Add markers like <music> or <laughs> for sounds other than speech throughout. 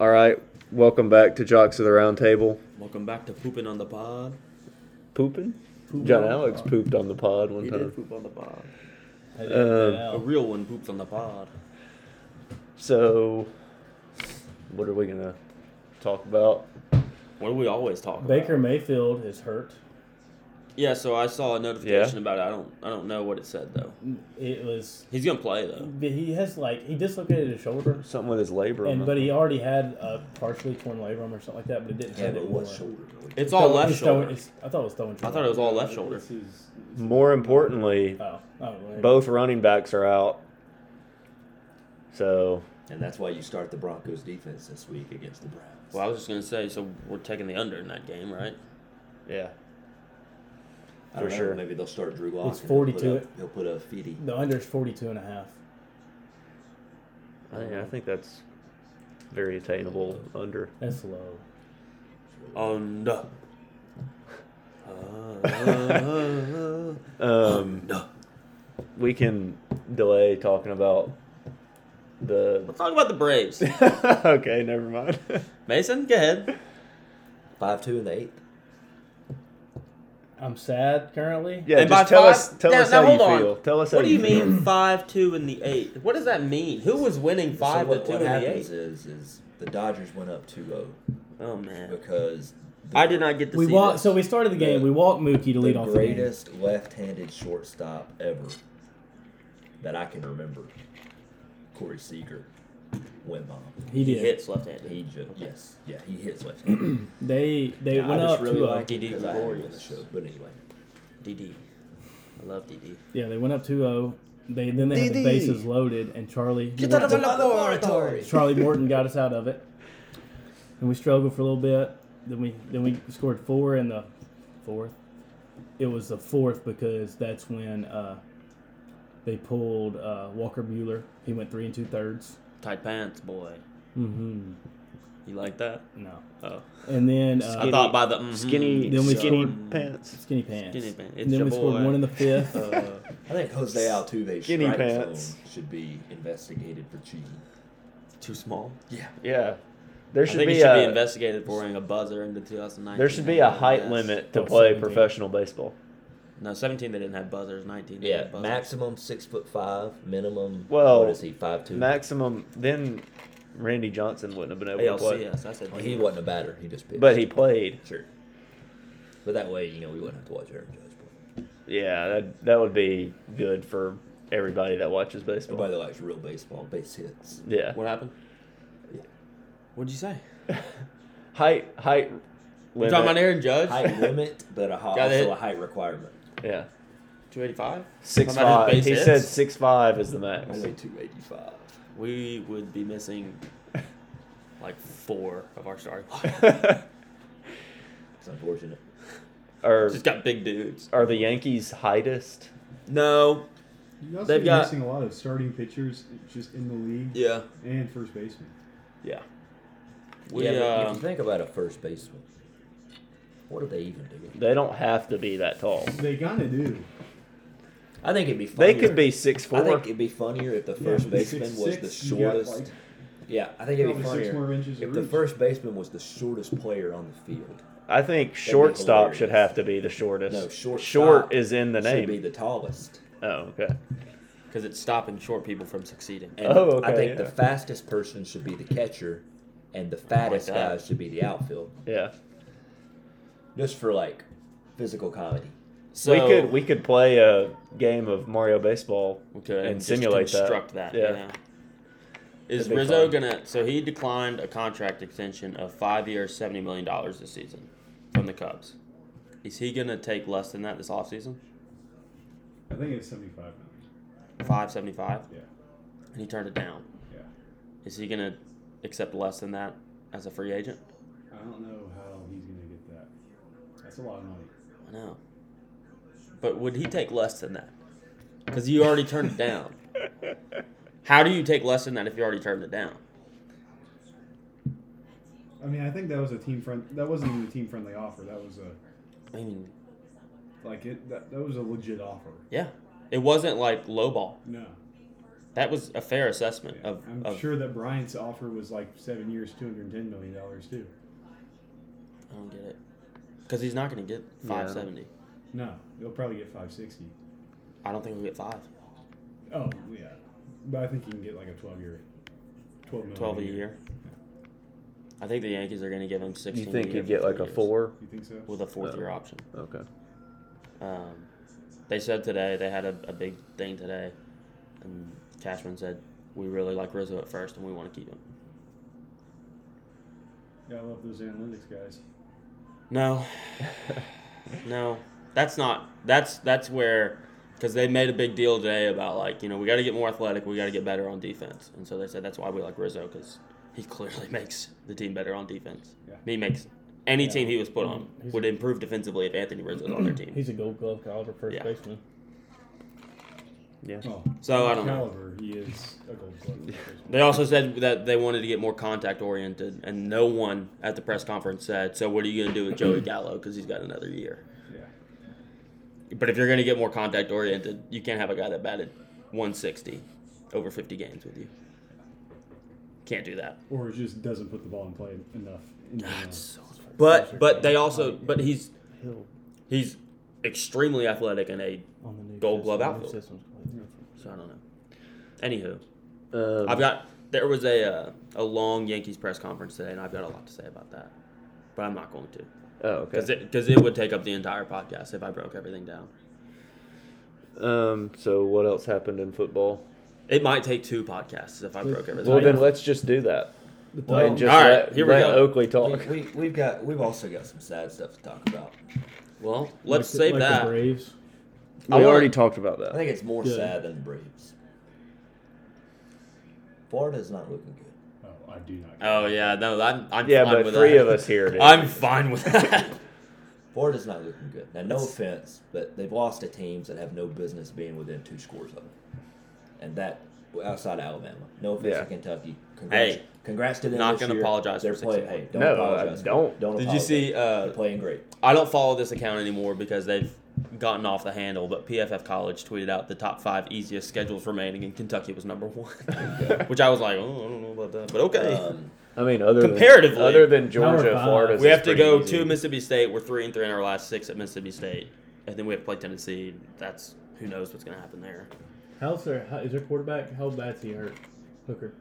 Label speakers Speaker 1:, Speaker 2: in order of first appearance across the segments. Speaker 1: All right, welcome back to Jocks of the Round Table.
Speaker 2: Welcome back to Pooping on the Pod.
Speaker 1: Pooping?
Speaker 2: Pooping
Speaker 1: John
Speaker 2: on the
Speaker 1: Alex
Speaker 2: pod.
Speaker 1: pooped on the pod one
Speaker 2: He
Speaker 1: time.
Speaker 2: did poop on the pod.
Speaker 3: I didn't
Speaker 1: Uh,
Speaker 3: get
Speaker 2: A
Speaker 3: out.
Speaker 2: real one poops on the pod.
Speaker 1: So, what are we gonna talk about?
Speaker 2: What do we always talk
Speaker 3: Baker
Speaker 2: about?
Speaker 3: Mayfield is hurt.
Speaker 2: Yeah, so I saw a notification about it. I don't I don't know what it said though.
Speaker 3: It was
Speaker 2: He's gonna play though.
Speaker 3: but he has like he dislocated his shoulder,
Speaker 1: Something with his labor.
Speaker 3: and
Speaker 1: on
Speaker 3: but
Speaker 1: it.
Speaker 3: he already had a partially torn labrum or something like that, but it didn't have it more.
Speaker 2: It's all
Speaker 3: Throw-
Speaker 2: left
Speaker 3: it's throwing-
Speaker 2: shoulder.
Speaker 3: it's- I thought it was throwing.
Speaker 2: I thought it was all left shoulder.
Speaker 1: More importantly,
Speaker 3: Oh, oh, right.
Speaker 1: both running backs are out. So
Speaker 4: And that's why you start the Broncos defense this week against the Browns.
Speaker 2: Well, I was just gonna say, so we're taking the under in that game, right?
Speaker 1: yeah,
Speaker 4: I don't
Speaker 1: for
Speaker 4: know,
Speaker 1: sure.
Speaker 4: Maybe they'll start Drew Lock.
Speaker 3: It's 42.
Speaker 4: He'll put a feedy.
Speaker 3: The under is 42 and a half.
Speaker 1: I, I think that's very attainable under.
Speaker 3: That's low.
Speaker 2: Under.
Speaker 4: Mm-hmm.
Speaker 2: Uh,
Speaker 1: Um, we can delay talking about the. <laughs>
Speaker 2: Let's talk about the
Speaker 3: <laughs>
Speaker 2: Braves.
Speaker 1: okay, never mind. <laughs>
Speaker 2: Mason, go ahead.
Speaker 4: Five two in the eighth.
Speaker 3: I'm sad currently.
Speaker 1: yeah,
Speaker 2: And by
Speaker 1: just tell
Speaker 2: five-
Speaker 1: us. Tell
Speaker 2: now-
Speaker 1: us
Speaker 2: now
Speaker 1: how you
Speaker 2: hold on.
Speaker 1: feel. Tell us how
Speaker 2: What do you
Speaker 1: feel.
Speaker 2: mean five, two, and the eight? What does that mean? Who was winning five
Speaker 4: so what,
Speaker 2: to two
Speaker 4: what
Speaker 2: and the
Speaker 4: happens
Speaker 2: eight?
Speaker 4: is is the Dodgers went up 2-0
Speaker 2: Oh man,
Speaker 4: because the,
Speaker 2: I did not get to
Speaker 3: We
Speaker 2: see
Speaker 3: walk.
Speaker 2: this.
Speaker 3: So we started the game.
Speaker 4: The-
Speaker 3: we walked Mookie to
Speaker 4: the
Speaker 3: lead off the game.
Speaker 4: greatest left-handed shortstop ever that I can remember. Corey Seager went bomb.
Speaker 3: He
Speaker 2: he
Speaker 3: did.
Speaker 2: hits left-handed.
Speaker 4: He just yes yeah he hits left-handed.
Speaker 3: They they
Speaker 4: Yeah,
Speaker 3: went
Speaker 4: I
Speaker 3: up two oh.
Speaker 4: just really
Speaker 3: zero.
Speaker 4: like it
Speaker 2: DD
Speaker 4: because I had him on the
Speaker 2: Gregorius.
Speaker 4: show. But anyway,
Speaker 2: DD. I love DD.
Speaker 3: Yeah, they went up 2-0. They then they had the
Speaker 1: DD.
Speaker 3: bases loaded, and Charlie
Speaker 2: out of
Speaker 3: Morton-
Speaker 2: my laboratory.
Speaker 3: Charlie Morton got us out of it, and we struggled for a little bit. Then we then we scored four in the fourth. It was the fourth because that's when uh, they pulled uh, Walker Bueller. He went three and two thirds.
Speaker 2: Tight pants, boy.
Speaker 3: Mm-hmm.
Speaker 2: You like that?
Speaker 3: No,
Speaker 2: Oh,
Speaker 3: and then uh,
Speaker 2: I thought by the mhm,
Speaker 1: Skinny,
Speaker 3: Then we
Speaker 1: skinny
Speaker 3: scored-
Speaker 1: pants.
Speaker 3: skinny pants.
Speaker 2: Skinny pants. It's
Speaker 3: And then
Speaker 2: your
Speaker 3: we scored
Speaker 2: boy.
Speaker 3: one in the
Speaker 2: <laughs>
Speaker 3: fifth.
Speaker 2: Uh,
Speaker 4: I think Jose Altuve's
Speaker 1: Skinny
Speaker 4: strike
Speaker 1: pants.
Speaker 4: zone should be investigated for cheating.
Speaker 2: too small.
Speaker 4: Yeah.
Speaker 1: Yeah, there
Speaker 2: I
Speaker 1: should
Speaker 2: think
Speaker 1: be
Speaker 2: he should be
Speaker 1: a
Speaker 2: investigated for wearing a buzzer in the 2019.
Speaker 1: there should be a
Speaker 2: Yes.
Speaker 1: height limit to
Speaker 3: Or
Speaker 1: play
Speaker 3: 17.
Speaker 1: professional baseball.
Speaker 2: No, 17 they didn't have buzzers. 19 they
Speaker 4: Yeah,
Speaker 2: had buzzers.
Speaker 4: maximum six foot five, minimum.
Speaker 1: Well,
Speaker 4: what is he five two?
Speaker 1: Maximum. Then Randy Johnson wouldn't have been able to play,
Speaker 2: ALCS. I said
Speaker 4: Well, he wasn't a batter; he just pitched.
Speaker 1: but he played.
Speaker 4: sure. But that way, you know, we wouldn't have to watch Aaron Judge. play.
Speaker 1: Yeah, that that would be good for everybody that watches baseball.
Speaker 4: Everybody that likes real baseball,
Speaker 1: <laughs>
Speaker 4: base hits.
Speaker 1: yeah,
Speaker 2: What happened?
Speaker 4: Yeah.
Speaker 2: What'd you say?
Speaker 1: height height
Speaker 2: You
Speaker 1: limit.
Speaker 2: talking about Aaron Judge?
Speaker 4: Height limit, but a,
Speaker 2: Got
Speaker 4: also
Speaker 2: it.
Speaker 4: a height requirement.
Speaker 1: Yeah,
Speaker 2: 285.
Speaker 1: six
Speaker 2: Talking about
Speaker 1: five.
Speaker 2: his
Speaker 1: He
Speaker 2: base hits?
Speaker 1: said six five is the max. <laughs>
Speaker 4: Only two eighty five.
Speaker 2: we would be missing like four of our starting.
Speaker 1: <laughs>
Speaker 4: It's unfortunate.
Speaker 1: are
Speaker 2: Just got big dudes.
Speaker 1: are the Yankees heightest?
Speaker 2: No.
Speaker 5: You guys
Speaker 2: They've
Speaker 5: are
Speaker 2: got-
Speaker 5: missing a lot of starting pitchers just in the league
Speaker 2: Yeah.
Speaker 5: and first baseman.
Speaker 1: Yeah,
Speaker 2: We
Speaker 4: yeah, but if
Speaker 1: uh,
Speaker 2: um,
Speaker 4: you think about a first baseman, what are they even doing?
Speaker 1: they don't have to be that tall.
Speaker 5: They kinda do.
Speaker 4: I think it'd be. Funnier.
Speaker 1: They could be six four.
Speaker 4: I think it'd be funnier if the first
Speaker 5: Yeah,
Speaker 4: baseman
Speaker 5: six-
Speaker 4: was
Speaker 5: six,
Speaker 4: the
Speaker 5: you got,
Speaker 4: shortest.
Speaker 5: like,
Speaker 4: yeah, I think it'd be
Speaker 5: probably six
Speaker 4: funnier
Speaker 5: more inches
Speaker 4: if
Speaker 5: of
Speaker 4: the
Speaker 5: reach.
Speaker 4: first baseman was the shortest player on the field.
Speaker 1: I think shortstop should
Speaker 4: hilarious.
Speaker 1: have to be the shortest.
Speaker 4: No, short.
Speaker 1: Short is in the
Speaker 4: Should be
Speaker 1: name.
Speaker 4: the tallest.
Speaker 1: Oh, okay.
Speaker 2: because it's stopping short people from succeeding.
Speaker 4: And
Speaker 1: Oh,
Speaker 4: I
Speaker 1: okay,
Speaker 4: think
Speaker 1: yeah. Oh
Speaker 4: the fastest person should be the catcher, and the fattest
Speaker 2: that.
Speaker 4: guy should be the outfield.
Speaker 1: Yeah.
Speaker 4: Just for like physical comedy.
Speaker 2: So
Speaker 1: we could we could play a game of Mario Baseball
Speaker 2: we could
Speaker 1: and
Speaker 2: just
Speaker 1: simulate that.
Speaker 2: construct that.
Speaker 1: Yeah.
Speaker 2: You know? Is
Speaker 1: That'd be fun.
Speaker 2: Rizzo gonna? So he declined a contract extension of five years, seventy million dollars this season from the Cubs. Is he gonna take less than that this offseason?
Speaker 5: I think it's seventy five million.
Speaker 2: Five seventy five,
Speaker 5: Yeah.
Speaker 2: and he turned it down.
Speaker 5: Yeah.
Speaker 2: Is he gonna accept less than that as a free agent?
Speaker 5: I don't know how he's gonna get that. That's a lot of money.
Speaker 2: I know. But would he take less than that? Because you already turned
Speaker 1: <laughs>
Speaker 2: it down. How do you take less than that if you already turned it down?
Speaker 5: I mean I think that was a team friend that wasn't even a team friendly offer. That was a
Speaker 2: I mean,
Speaker 5: like it that, that was a legit offer.
Speaker 2: yeah, it wasn't like lowball.
Speaker 5: No.
Speaker 2: That was a fair assessment
Speaker 5: Yeah.
Speaker 2: of,
Speaker 5: I'm
Speaker 2: of
Speaker 5: sure that Bryant's offer was like seven years, two hundred and ten million dollars too.
Speaker 2: I don't get it. Because he's not going to get
Speaker 1: Yeah.
Speaker 2: 570.
Speaker 5: No, they'll probably get five sixty.
Speaker 2: I don't think he'll get five.
Speaker 1: Mm-hmm.
Speaker 5: Oh yeah, but I think you can get like a twelve year, twelve million.
Speaker 2: 12 a year. I think the Yankees are going to give him 16.
Speaker 1: You
Speaker 2: a
Speaker 1: think
Speaker 2: year
Speaker 1: you'd
Speaker 2: for
Speaker 1: get
Speaker 2: three
Speaker 1: like a
Speaker 2: years
Speaker 1: four?
Speaker 5: You think so?
Speaker 2: with a fourth year option.
Speaker 1: Okay.
Speaker 2: Um, they said today they had a, a big thing today, and Cashman said we really like Rizzo at first and we want to keep him.
Speaker 5: yeah, I love those analytics guys.
Speaker 2: No, no, that's not. That's that's where because they made a big deal today about like you know we got to get more athletic, we got to get better on defense, and so they said that's why we like Rizzo because he clearly <laughs> makes the team better on defense.
Speaker 5: Yeah.
Speaker 2: He makes any
Speaker 3: Yeah.
Speaker 2: team he was put on
Speaker 3: He's-
Speaker 2: would improve defensively if Anthony Rizzo's on their team.
Speaker 3: He's a Gold Glove caliber first
Speaker 2: Yeah.
Speaker 3: baseman.
Speaker 1: Yeah.
Speaker 5: Well,
Speaker 2: So, I don't know.
Speaker 5: Oh. caliber, he is a gold
Speaker 2: <laughs>
Speaker 5: glove.
Speaker 2: They also said that they wanted to get more contact oriented, and no one at the press conference said, "So what are you going to do with Joey Gallo because he's got another year?"
Speaker 5: yeah.
Speaker 2: But if you're going to get more contact oriented, you can't have a guy that batted 160 over 50 games with you. Can't do that.
Speaker 5: Or it just doesn't put the ball in play enough. in the
Speaker 2: God,
Speaker 5: zone.
Speaker 2: it's so- But but they also but he's
Speaker 3: Hill
Speaker 2: he's extremely athletic and a
Speaker 3: on the new
Speaker 2: Gold Glove
Speaker 3: system. The new
Speaker 2: outfield.
Speaker 3: system's completely different.
Speaker 2: so I don't know. Anywho,
Speaker 1: Um,
Speaker 2: I've got there was a uh, a long Yankees press conference today, and I've got a lot to say about that, but I'm not going to.
Speaker 1: oh, okay.
Speaker 2: Because it, 'cause it would take up the entire podcast if I broke everything down.
Speaker 1: Um, so what else happened in football?
Speaker 2: It might take two podcasts if I broke everything
Speaker 1: Well, then
Speaker 2: down.
Speaker 1: let's just do that
Speaker 3: Well,
Speaker 1: and just
Speaker 2: all right,
Speaker 1: let,
Speaker 2: here we
Speaker 1: let
Speaker 2: go.
Speaker 1: Oakley talk.
Speaker 4: We, we, we've got we've also got some sad stuff to talk about.
Speaker 2: Well, let's
Speaker 3: Like the-
Speaker 2: save
Speaker 3: like
Speaker 2: that.
Speaker 3: The Braves.
Speaker 1: We
Speaker 2: wanna-
Speaker 1: already talked about
Speaker 4: I
Speaker 1: that.
Speaker 4: think it's more
Speaker 3: Good.
Speaker 4: sad than the Braves. Florida's not looking good.
Speaker 5: Oh, I do not.
Speaker 2: Oh, yeah. No, I'm, I'm
Speaker 1: Yeah,
Speaker 2: fine
Speaker 1: but
Speaker 2: with
Speaker 1: three
Speaker 2: that.
Speaker 1: of us
Speaker 2: <laughs>
Speaker 1: here. Did.
Speaker 2: I'm fine
Speaker 1: <laughs>
Speaker 2: with that.
Speaker 4: Florida's not looking good. Now, no offense, but they've lost to teams that have no business being within two scores of them, and that outside of Alabama. No offense
Speaker 1: Yeah.
Speaker 4: to Kentucky. Congrats,
Speaker 2: Hey,
Speaker 4: congrats to them.
Speaker 2: not
Speaker 4: this
Speaker 2: gonna
Speaker 4: year.
Speaker 2: apologize for
Speaker 4: They're playing.
Speaker 2: 61.
Speaker 4: Hey, don't
Speaker 1: No, I
Speaker 4: apologize. for it.
Speaker 1: don't.
Speaker 4: Don't.
Speaker 2: Did you see?
Speaker 4: apologize. They're
Speaker 2: Uh,
Speaker 4: playing great.
Speaker 2: I don't follow this account anymore because they've gotten off the handle, but PFF College tweeted out the top five easiest schedules remaining, and Kentucky was
Speaker 1: <laughs>
Speaker 2: number one. <laughs> Which I was like, oh, I don't know about that. But okay.
Speaker 1: Uh,
Speaker 4: Um,
Speaker 1: I mean, other
Speaker 2: Comparatively.
Speaker 1: than, other than Georgia,
Speaker 3: Power five.
Speaker 1: Florida,
Speaker 2: we have to go to Mississippi State. We're three and three in our last six at Mississippi State, and then we have to play Tennessee. That's who knows what's going to happen there.
Speaker 3: How's their? How, is their quarterback? How bad's he hurt? Hooker.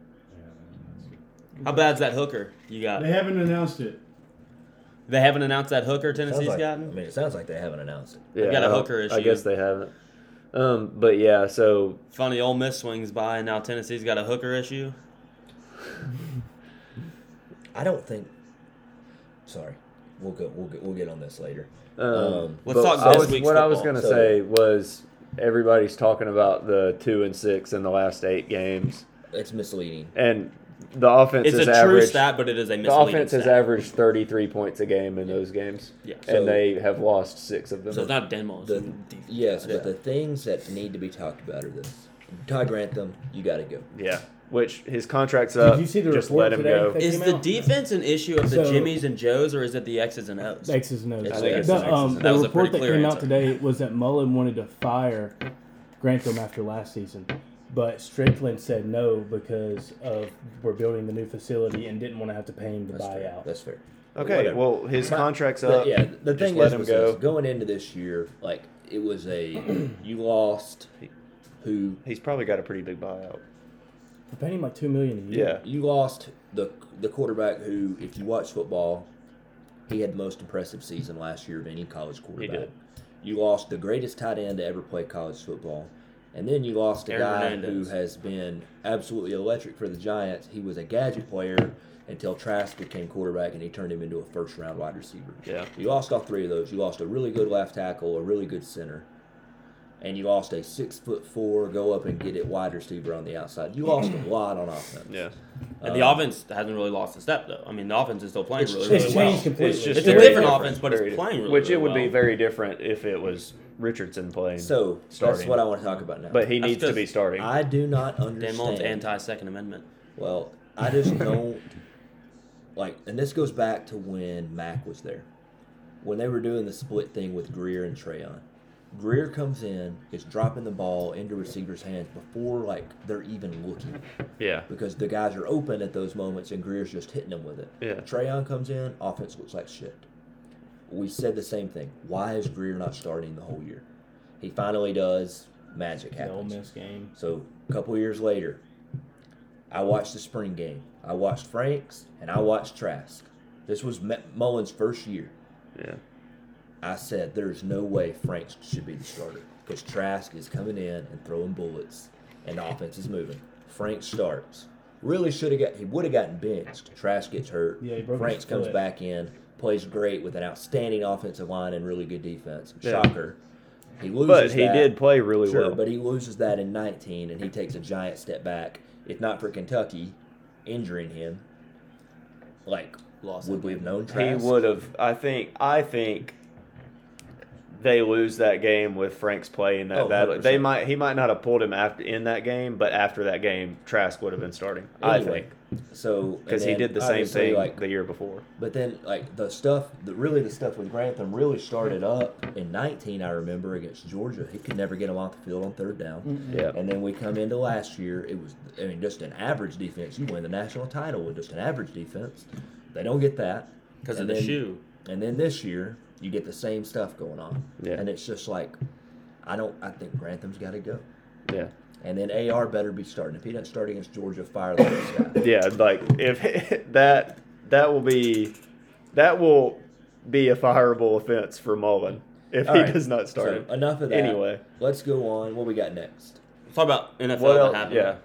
Speaker 2: How bad's that hooker you got?
Speaker 5: They haven't announced it.
Speaker 2: They haven't announced that hooker <laughs>
Speaker 4: sounds
Speaker 2: Tennessee's
Speaker 4: like, I
Speaker 2: gotten.
Speaker 4: mean, it sounds like they haven't announced it.
Speaker 1: Yeah,
Speaker 2: got a
Speaker 1: I don't-
Speaker 2: hooker
Speaker 1: I
Speaker 2: issue.
Speaker 1: guess they haven't. Um, but yeah, so
Speaker 2: Funny, Ole Miss swings by, and now Tennessee's got a hooker issue.
Speaker 4: I don't think. Sorry, we'll go. We'll get. We'll get on this later.
Speaker 1: um,
Speaker 4: Um,
Speaker 2: Let's
Speaker 1: but
Speaker 2: talk
Speaker 1: I
Speaker 2: this
Speaker 1: was,
Speaker 2: week's
Speaker 1: What I was
Speaker 2: football.
Speaker 1: gonna
Speaker 4: So-
Speaker 1: say was everybody's talking about the two and six in the last eight games,
Speaker 4: It's misleading.
Speaker 1: and the offense
Speaker 2: It's
Speaker 1: is
Speaker 2: a true
Speaker 1: average.
Speaker 2: stat, but it is a
Speaker 1: the
Speaker 2: misleading
Speaker 1: offense has
Speaker 2: stat.
Speaker 1: averaged 33 points a game in those games,
Speaker 2: Yeah.
Speaker 4: So-
Speaker 1: and they have lost six of them.
Speaker 2: So it's not Denmark.
Speaker 4: The, yes,
Speaker 1: Yeah.
Speaker 4: but the things that need to be talked about are this. Ty Grantham, you got to go.
Speaker 1: yeah, which his contract's up.
Speaker 3: you see the
Speaker 1: Just
Speaker 3: report
Speaker 1: let him
Speaker 3: today?
Speaker 1: go.
Speaker 3: They-
Speaker 2: Is
Speaker 3: came
Speaker 2: the
Speaker 3: out?
Speaker 2: defense an issue of the
Speaker 3: So-
Speaker 2: Jimmies and Joes, or is it the X's and O's?
Speaker 3: X's and O's.
Speaker 4: I think it's
Speaker 3: the,
Speaker 4: an X's and
Speaker 3: um,
Speaker 1: O's.
Speaker 2: That
Speaker 3: the
Speaker 2: was a
Speaker 3: report
Speaker 2: pretty
Speaker 3: that
Speaker 2: clear
Speaker 3: came out
Speaker 2: answer.
Speaker 3: today was that Mullen wanted to fire Grantham after last season, but Strickland said no because of we're building the new facility and didn't want to have to pay him the
Speaker 4: That's fair.
Speaker 3: buyout.
Speaker 4: That's fair.
Speaker 1: Okay,
Speaker 4: Whatever.
Speaker 1: well, his
Speaker 4: My-
Speaker 1: contract's
Speaker 4: but
Speaker 1: up.
Speaker 4: yeah, the
Speaker 1: Just
Speaker 4: thing
Speaker 1: let
Speaker 4: is,
Speaker 1: him
Speaker 4: was
Speaker 1: go.
Speaker 4: this, going into this year, like it was a <clears throat> you lost who
Speaker 1: He's probably got a pretty big buyout.
Speaker 3: We're paying him like two million a year.
Speaker 1: Yeah.
Speaker 4: you lost the the quarterback who, if you watch football, he had the most impressive season last year of any college quarterback.
Speaker 1: did.
Speaker 4: You lost the greatest tight end to ever play college football, and then you lost a
Speaker 2: Aaron
Speaker 4: guy
Speaker 2: Hernandez.
Speaker 4: who has been absolutely electric for the Giants. He was a gadget player until Trask became quarterback, and he turned him into a first round wide receiver.
Speaker 1: Yeah.
Speaker 4: You lost all three of those. You lost a really good left tackle, a really good center, and you lost a six foot four go up and get it wide receiver on the outside.
Speaker 1: <clears throat>
Speaker 4: You lost a lot on offense.
Speaker 1: Yeah.
Speaker 2: and Uh, the offense hasn't really lost a step though. I mean, the offense is still playing
Speaker 4: It's
Speaker 2: really,
Speaker 4: changed-
Speaker 2: really
Speaker 3: It's
Speaker 2: well.
Speaker 3: changed completely.
Speaker 2: It's a
Speaker 1: very
Speaker 2: different offense, but it's
Speaker 1: very
Speaker 2: playing really,
Speaker 1: Which it would
Speaker 2: really
Speaker 1: be
Speaker 2: well.
Speaker 1: very different if it was Richardson playing.
Speaker 4: So
Speaker 1: starting.
Speaker 4: that's what I want to talk about now.
Speaker 1: but he
Speaker 2: That's
Speaker 1: needs to be
Speaker 2: just-
Speaker 1: starting.
Speaker 4: I do not
Speaker 2: Dan Mullen's
Speaker 4: understand.
Speaker 2: anti Second Amendment.
Speaker 4: well, I just don't like, and this goes back to when Mac was there, when they were doing the split thing with Greer and Trayon. Greer comes in, is dropping the ball into receivers' hands before like they're even looking
Speaker 1: Yeah.
Speaker 4: because the guys are open at those moments and Greer's just hitting them with it.
Speaker 1: Yeah.
Speaker 4: Trayon comes in, offense looks like shit. We said the same thing. Why is Greer not starting the whole year? He finally does. Magic
Speaker 3: The Ole
Speaker 4: happens.
Speaker 3: Miss game.
Speaker 4: So a couple years later, I watched the spring game. I watched Frank's and I watched Trask. This was M- Mullen's first year.
Speaker 1: Yeah.
Speaker 4: I said there's no way Frank should be the starter because Trask is coming in and throwing bullets, and the offense is moving. Frank starts. Really should have got. He would have gotten benched. Trask gets hurt.
Speaker 3: Yeah, he broke his
Speaker 4: Franks comes
Speaker 3: foot.
Speaker 4: back in, plays great with an outstanding offensive line and really good defense.
Speaker 1: Yeah.
Speaker 4: Shocker. He loses.
Speaker 1: But he
Speaker 4: that.
Speaker 1: did play really
Speaker 4: Sure,
Speaker 1: well.
Speaker 4: but he loses that in 19, and he takes a giant step back. If not for Kentucky injuring him, like
Speaker 2: Lost
Speaker 4: would
Speaker 2: that
Speaker 4: we have known
Speaker 1: He
Speaker 4: Trask?
Speaker 1: would have. I think. I think they lose that game with Frank's play in that
Speaker 4: Oh,
Speaker 1: battle. They
Speaker 4: 100%.
Speaker 1: might. He might not have pulled him after in that game, but after that game, Trask would have been starting. I
Speaker 4: Anyway,
Speaker 1: think
Speaker 4: so and
Speaker 1: because he
Speaker 4: then
Speaker 1: did the same
Speaker 4: obviously,
Speaker 1: thing
Speaker 4: Like,
Speaker 1: the year before.
Speaker 4: but then like the stuff, the, really the stuff with Grantham really started up in 19. I remember against Georgia, he could never get him off the field on third down.
Speaker 1: Yeah.
Speaker 4: And then we come into last year, it was I mean just an average defense. You win the national title with just an average defense. They don't get that
Speaker 2: because of
Speaker 4: And
Speaker 2: the
Speaker 4: then-
Speaker 2: shoe.
Speaker 4: And then this year, you get the same stuff going on.
Speaker 1: Yeah.
Speaker 4: And it's just like, I don't. I think Grantham's got to go.
Speaker 1: Yeah.
Speaker 4: And then AR better be starting. If he doesn't start against Georgia, fire the next guy.
Speaker 1: Yeah. Like if <laughs> that that will be that will be a fireable offense for Mullen if
Speaker 4: All
Speaker 1: he
Speaker 4: right.
Speaker 1: does not start.
Speaker 4: So
Speaker 1: him.
Speaker 4: enough of that.
Speaker 1: Anyway.
Speaker 4: Let's go on. What we got next?
Speaker 2: Talk about NFL
Speaker 1: What
Speaker 2: that
Speaker 1: else?
Speaker 2: happened.
Speaker 1: Yeah.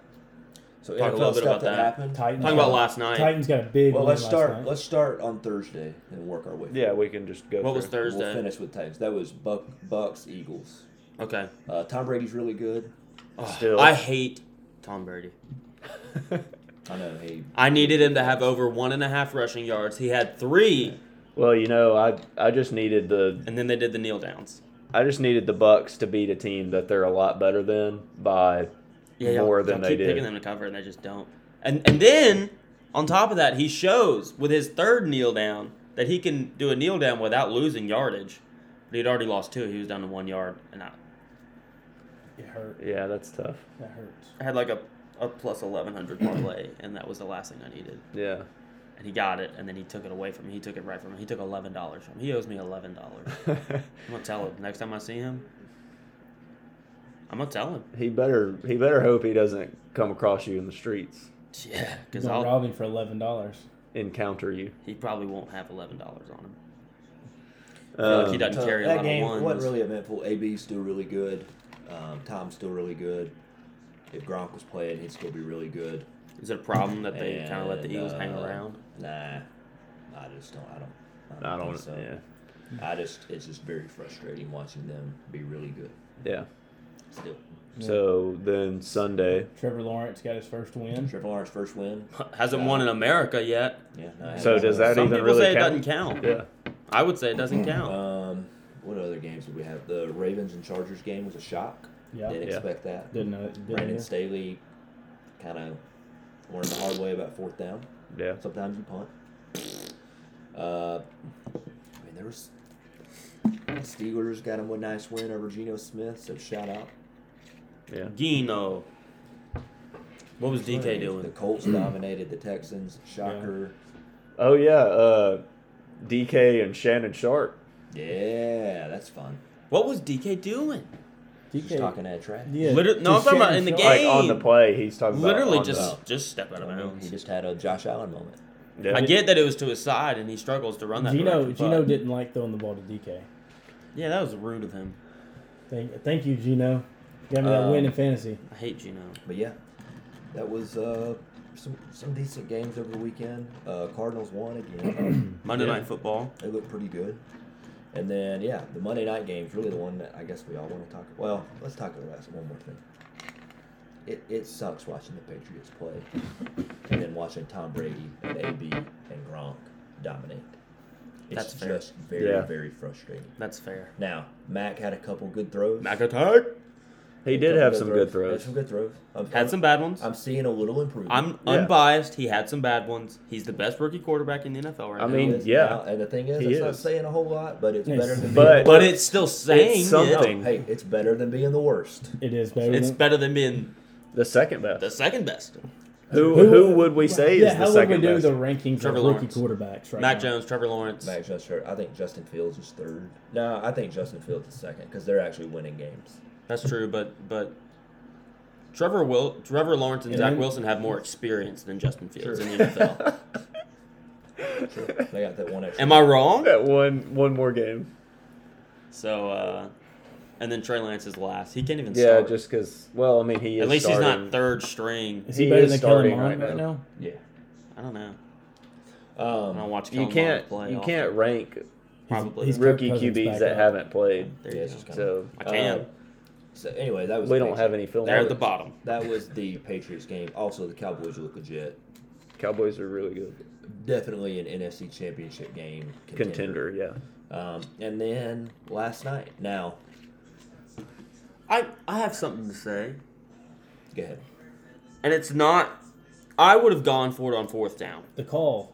Speaker 4: So
Speaker 2: Talk a little
Speaker 4: NFL
Speaker 2: bit
Speaker 4: stuff
Speaker 2: about
Speaker 4: that,
Speaker 2: that.
Speaker 4: happened.
Speaker 3: Titans.
Speaker 2: Talking about last night.
Speaker 3: Titans got a big.
Speaker 4: Well,
Speaker 3: win
Speaker 4: let's
Speaker 3: last
Speaker 4: start.
Speaker 3: night.
Speaker 4: Let's start on Thursday and work our way.
Speaker 1: Yeah. We can just go.
Speaker 2: What was
Speaker 1: through.
Speaker 4: through.
Speaker 2: Thursday?
Speaker 4: We'll finish with Titans. That was Buck, Bucks Eagles.
Speaker 2: Okay.
Speaker 4: Uh, Tom Brady's really good.
Speaker 2: Ugh,
Speaker 1: Still.
Speaker 2: I hate Tom Brady.
Speaker 4: I know he.
Speaker 2: I needed him to have over one and a half rushing yards. He had three,
Speaker 1: <laughs> Well, you know, I I just needed the
Speaker 2: and then they did the kneel downs.
Speaker 1: I just needed the Bucks to beat a team that they're a lot better than by
Speaker 2: y'all-
Speaker 1: more than
Speaker 2: y'all
Speaker 1: they
Speaker 2: keep
Speaker 1: did.
Speaker 2: Picking them to cover, and they just don't. And and then on top of that, he shows with his third kneel down that he can do a kneel down without losing yardage. But he'd already lost two. He was down to one yard, and I,
Speaker 3: It hurt.
Speaker 1: Yeah, that's tough.
Speaker 3: That hurts.
Speaker 2: I had like a, a plus eleven hundred parlay, and that was the last thing I needed.
Speaker 1: Yeah.
Speaker 2: And he got it, and then he took it away from me. He took it right from me. He took eleven dollars from me. He owes me eleven dollars. I'm gonna tell him next time I see him. I'm gonna tell him.
Speaker 1: <laughs> he better he better hope he doesn't come across you in the streets,
Speaker 2: <laughs> Yeah, because
Speaker 3: Gonna
Speaker 2: I'll
Speaker 3: rob him for eleven dollars.
Speaker 1: encounter you.
Speaker 2: he probably won't have eleven dollars on him.
Speaker 1: Um,
Speaker 2: he doesn't
Speaker 4: So
Speaker 2: carry a
Speaker 4: that
Speaker 2: lot of
Speaker 4: game
Speaker 2: ones.
Speaker 4: wasn't really eventful. AB's still really good. Um, Tom's still really good. If Gronk was playing, he'd still be really good.
Speaker 2: Is it a problem that they kind of let the
Speaker 4: And,
Speaker 2: Eagles hang
Speaker 4: uh,
Speaker 2: around? <laughs>
Speaker 4: Nah, I just don't. I don't.
Speaker 1: I don't.
Speaker 4: think so.
Speaker 1: Yeah.
Speaker 4: I just. It's just very frustrating watching them be really good.
Speaker 1: Yeah.
Speaker 4: Still,
Speaker 1: So then Sunday.
Speaker 3: Trevor Lawrence got his first win.
Speaker 4: Trevor Lawrence first win.
Speaker 2: Hasn't
Speaker 4: Yeah.
Speaker 2: won in America yet.
Speaker 4: Yeah. no, I
Speaker 1: So
Speaker 4: haven't-
Speaker 1: does that
Speaker 2: Some
Speaker 1: even
Speaker 2: people
Speaker 1: really
Speaker 2: say
Speaker 1: count?
Speaker 2: it doesn't count.
Speaker 1: Yeah.
Speaker 2: I would say it
Speaker 3: <clears throat>
Speaker 2: doesn't count.
Speaker 4: Um, what other games did we have? The Ravens and Chargers game was a shock.
Speaker 3: Yeah.
Speaker 4: Didn't
Speaker 1: Yeah.
Speaker 4: expect that.
Speaker 3: Didn't know. Didn't
Speaker 4: Brandon
Speaker 3: know.
Speaker 4: Staley kind of learned the hard way about fourth down.
Speaker 1: Yeah.
Speaker 4: Sometimes you punt. Uh, I mean, there was Steelers got him a nice win over Geno Smith, so shout out.
Speaker 1: Yeah.
Speaker 2: Gino. What was DK
Speaker 4: The
Speaker 2: doing?
Speaker 4: Colts dominated the Texans. Shocker.
Speaker 1: Oh yeah. Uh, DK and Shannon Sharp.
Speaker 4: Yeah, that's fun.
Speaker 2: What was DK doing?
Speaker 4: Just talking that trash.
Speaker 3: Yeah.
Speaker 2: Literally- no, I'm
Speaker 3: Just
Speaker 2: talking about
Speaker 3: Shannon
Speaker 2: in the
Speaker 3: Sharp.
Speaker 2: game.
Speaker 1: Like on the play, he's talking about
Speaker 2: Literally
Speaker 1: on
Speaker 2: just
Speaker 1: the-
Speaker 2: just step out of
Speaker 4: I mean, he
Speaker 2: bounds.
Speaker 4: just had a Josh Allen moment.
Speaker 1: Yeah.
Speaker 2: I get that it was to his side and he struggles to run that.
Speaker 3: Gino.
Speaker 2: direction, but-
Speaker 3: Gino didn't like throwing the ball to DK.
Speaker 2: Yeah, that was rude of him.
Speaker 3: Thank, thank you, Gino. Got me that win in
Speaker 4: Um,
Speaker 3: fantasy.
Speaker 2: I hate Gino.
Speaker 4: But yeah, that was uh, some some decent games over the weekend. Uh, Cardinals won again.
Speaker 2: Monday
Speaker 1: Yeah.
Speaker 2: Night Football.
Speaker 4: they looked pretty good. And then yeah, the Monday night game is really the one that I guess we all want to talk. Well, let's talk about that one more thing. It, it sucks watching the Patriots play, and then watching Tom Brady and AB and Gronk dominate. It's
Speaker 2: That's fair.
Speaker 4: just very
Speaker 1: Yeah.
Speaker 4: very frustrating.
Speaker 2: That's fair.
Speaker 4: Now Mac had a couple good throws.
Speaker 2: McIntyre.
Speaker 1: He did have some good
Speaker 4: Had
Speaker 1: throws. <laughs>
Speaker 4: some good throws. I'm,
Speaker 2: Had some bad ones.
Speaker 4: I'm seeing a little improvement.
Speaker 2: I'm
Speaker 1: Yeah.
Speaker 2: unbiased. He had some bad ones. He's the best rookie quarterback in the NFL right
Speaker 1: I
Speaker 2: now.
Speaker 1: mean,
Speaker 4: Is
Speaker 1: yeah.
Speaker 4: now, and the thing is,
Speaker 1: He
Speaker 4: it's not
Speaker 1: is.
Speaker 4: saying a whole lot, but it's
Speaker 3: Yes.
Speaker 4: better than
Speaker 1: But-
Speaker 4: being.
Speaker 2: but it's still saying
Speaker 1: It's
Speaker 4: no,
Speaker 1: something.
Speaker 2: something.
Speaker 4: hey, it's better than being the worst.
Speaker 3: It is better.
Speaker 2: It's
Speaker 3: than,
Speaker 2: better than being
Speaker 1: The second best.
Speaker 2: the second best.
Speaker 1: who, who would we say
Speaker 3: yeah,
Speaker 1: is
Speaker 3: how
Speaker 1: the
Speaker 3: would
Speaker 1: second
Speaker 3: we do
Speaker 1: best? <laughs>
Speaker 3: the rankings
Speaker 2: Trevor
Speaker 3: of rookie
Speaker 2: Lawrence.
Speaker 3: quarterbacks right
Speaker 2: Mac
Speaker 3: now?
Speaker 2: Jones, Trevor Lawrence.
Speaker 4: Max Justin, I think Justin Fields is third. No, I think Justin Fields is second because they're actually winning games.
Speaker 2: That's true, but but Trevor Will Trevor Lawrence and
Speaker 3: And
Speaker 2: Zach
Speaker 3: then-
Speaker 2: Wilson have more experience than Justin Fields in the <laughs> NFL.
Speaker 4: Sure, they got that one extra.
Speaker 2: Am I wrong?
Speaker 1: that one one more game.
Speaker 2: So uh and then Trey Lance is last. He can't even
Speaker 1: Yeah,
Speaker 2: start.
Speaker 1: just because. Well, I mean, he is.
Speaker 2: At least he's
Speaker 1: starting.
Speaker 2: not third string.
Speaker 3: Is he,
Speaker 1: He
Speaker 3: better
Speaker 1: is
Speaker 3: than Kellen
Speaker 1: starting
Speaker 3: Mond
Speaker 1: right
Speaker 3: right
Speaker 1: now.
Speaker 3: now?
Speaker 4: Yeah.
Speaker 2: I don't know. I don't
Speaker 4: Um,
Speaker 2: watch.
Speaker 1: You
Speaker 2: Kellen
Speaker 1: can't.
Speaker 2: Mond play
Speaker 1: You
Speaker 2: often.
Speaker 1: can't rank
Speaker 2: Probably.
Speaker 3: he's-
Speaker 1: rookie
Speaker 3: Kirk Cousins
Speaker 1: QBs
Speaker 3: back
Speaker 1: that
Speaker 3: up.
Speaker 1: haven't played.
Speaker 2: there
Speaker 4: yeah,
Speaker 2: you
Speaker 4: it's just
Speaker 2: go.
Speaker 4: kind
Speaker 1: So
Speaker 2: I can.
Speaker 4: um, So anyway, that was
Speaker 1: we
Speaker 4: the
Speaker 1: don't
Speaker 4: Patri-
Speaker 1: have any film.
Speaker 2: They're at
Speaker 1: on
Speaker 2: the
Speaker 1: it.
Speaker 2: bottom.
Speaker 4: That was the Patriots game. Also, the Cowboys look legit.
Speaker 1: Cowboys are really good
Speaker 4: Definitely an NFC Championship game
Speaker 1: contender. Yeah.
Speaker 4: Um, and then last night. Now,
Speaker 2: I I have something to say,
Speaker 4: go ahead.
Speaker 2: and it's not. I would have gone for it on fourth down.
Speaker 3: The call,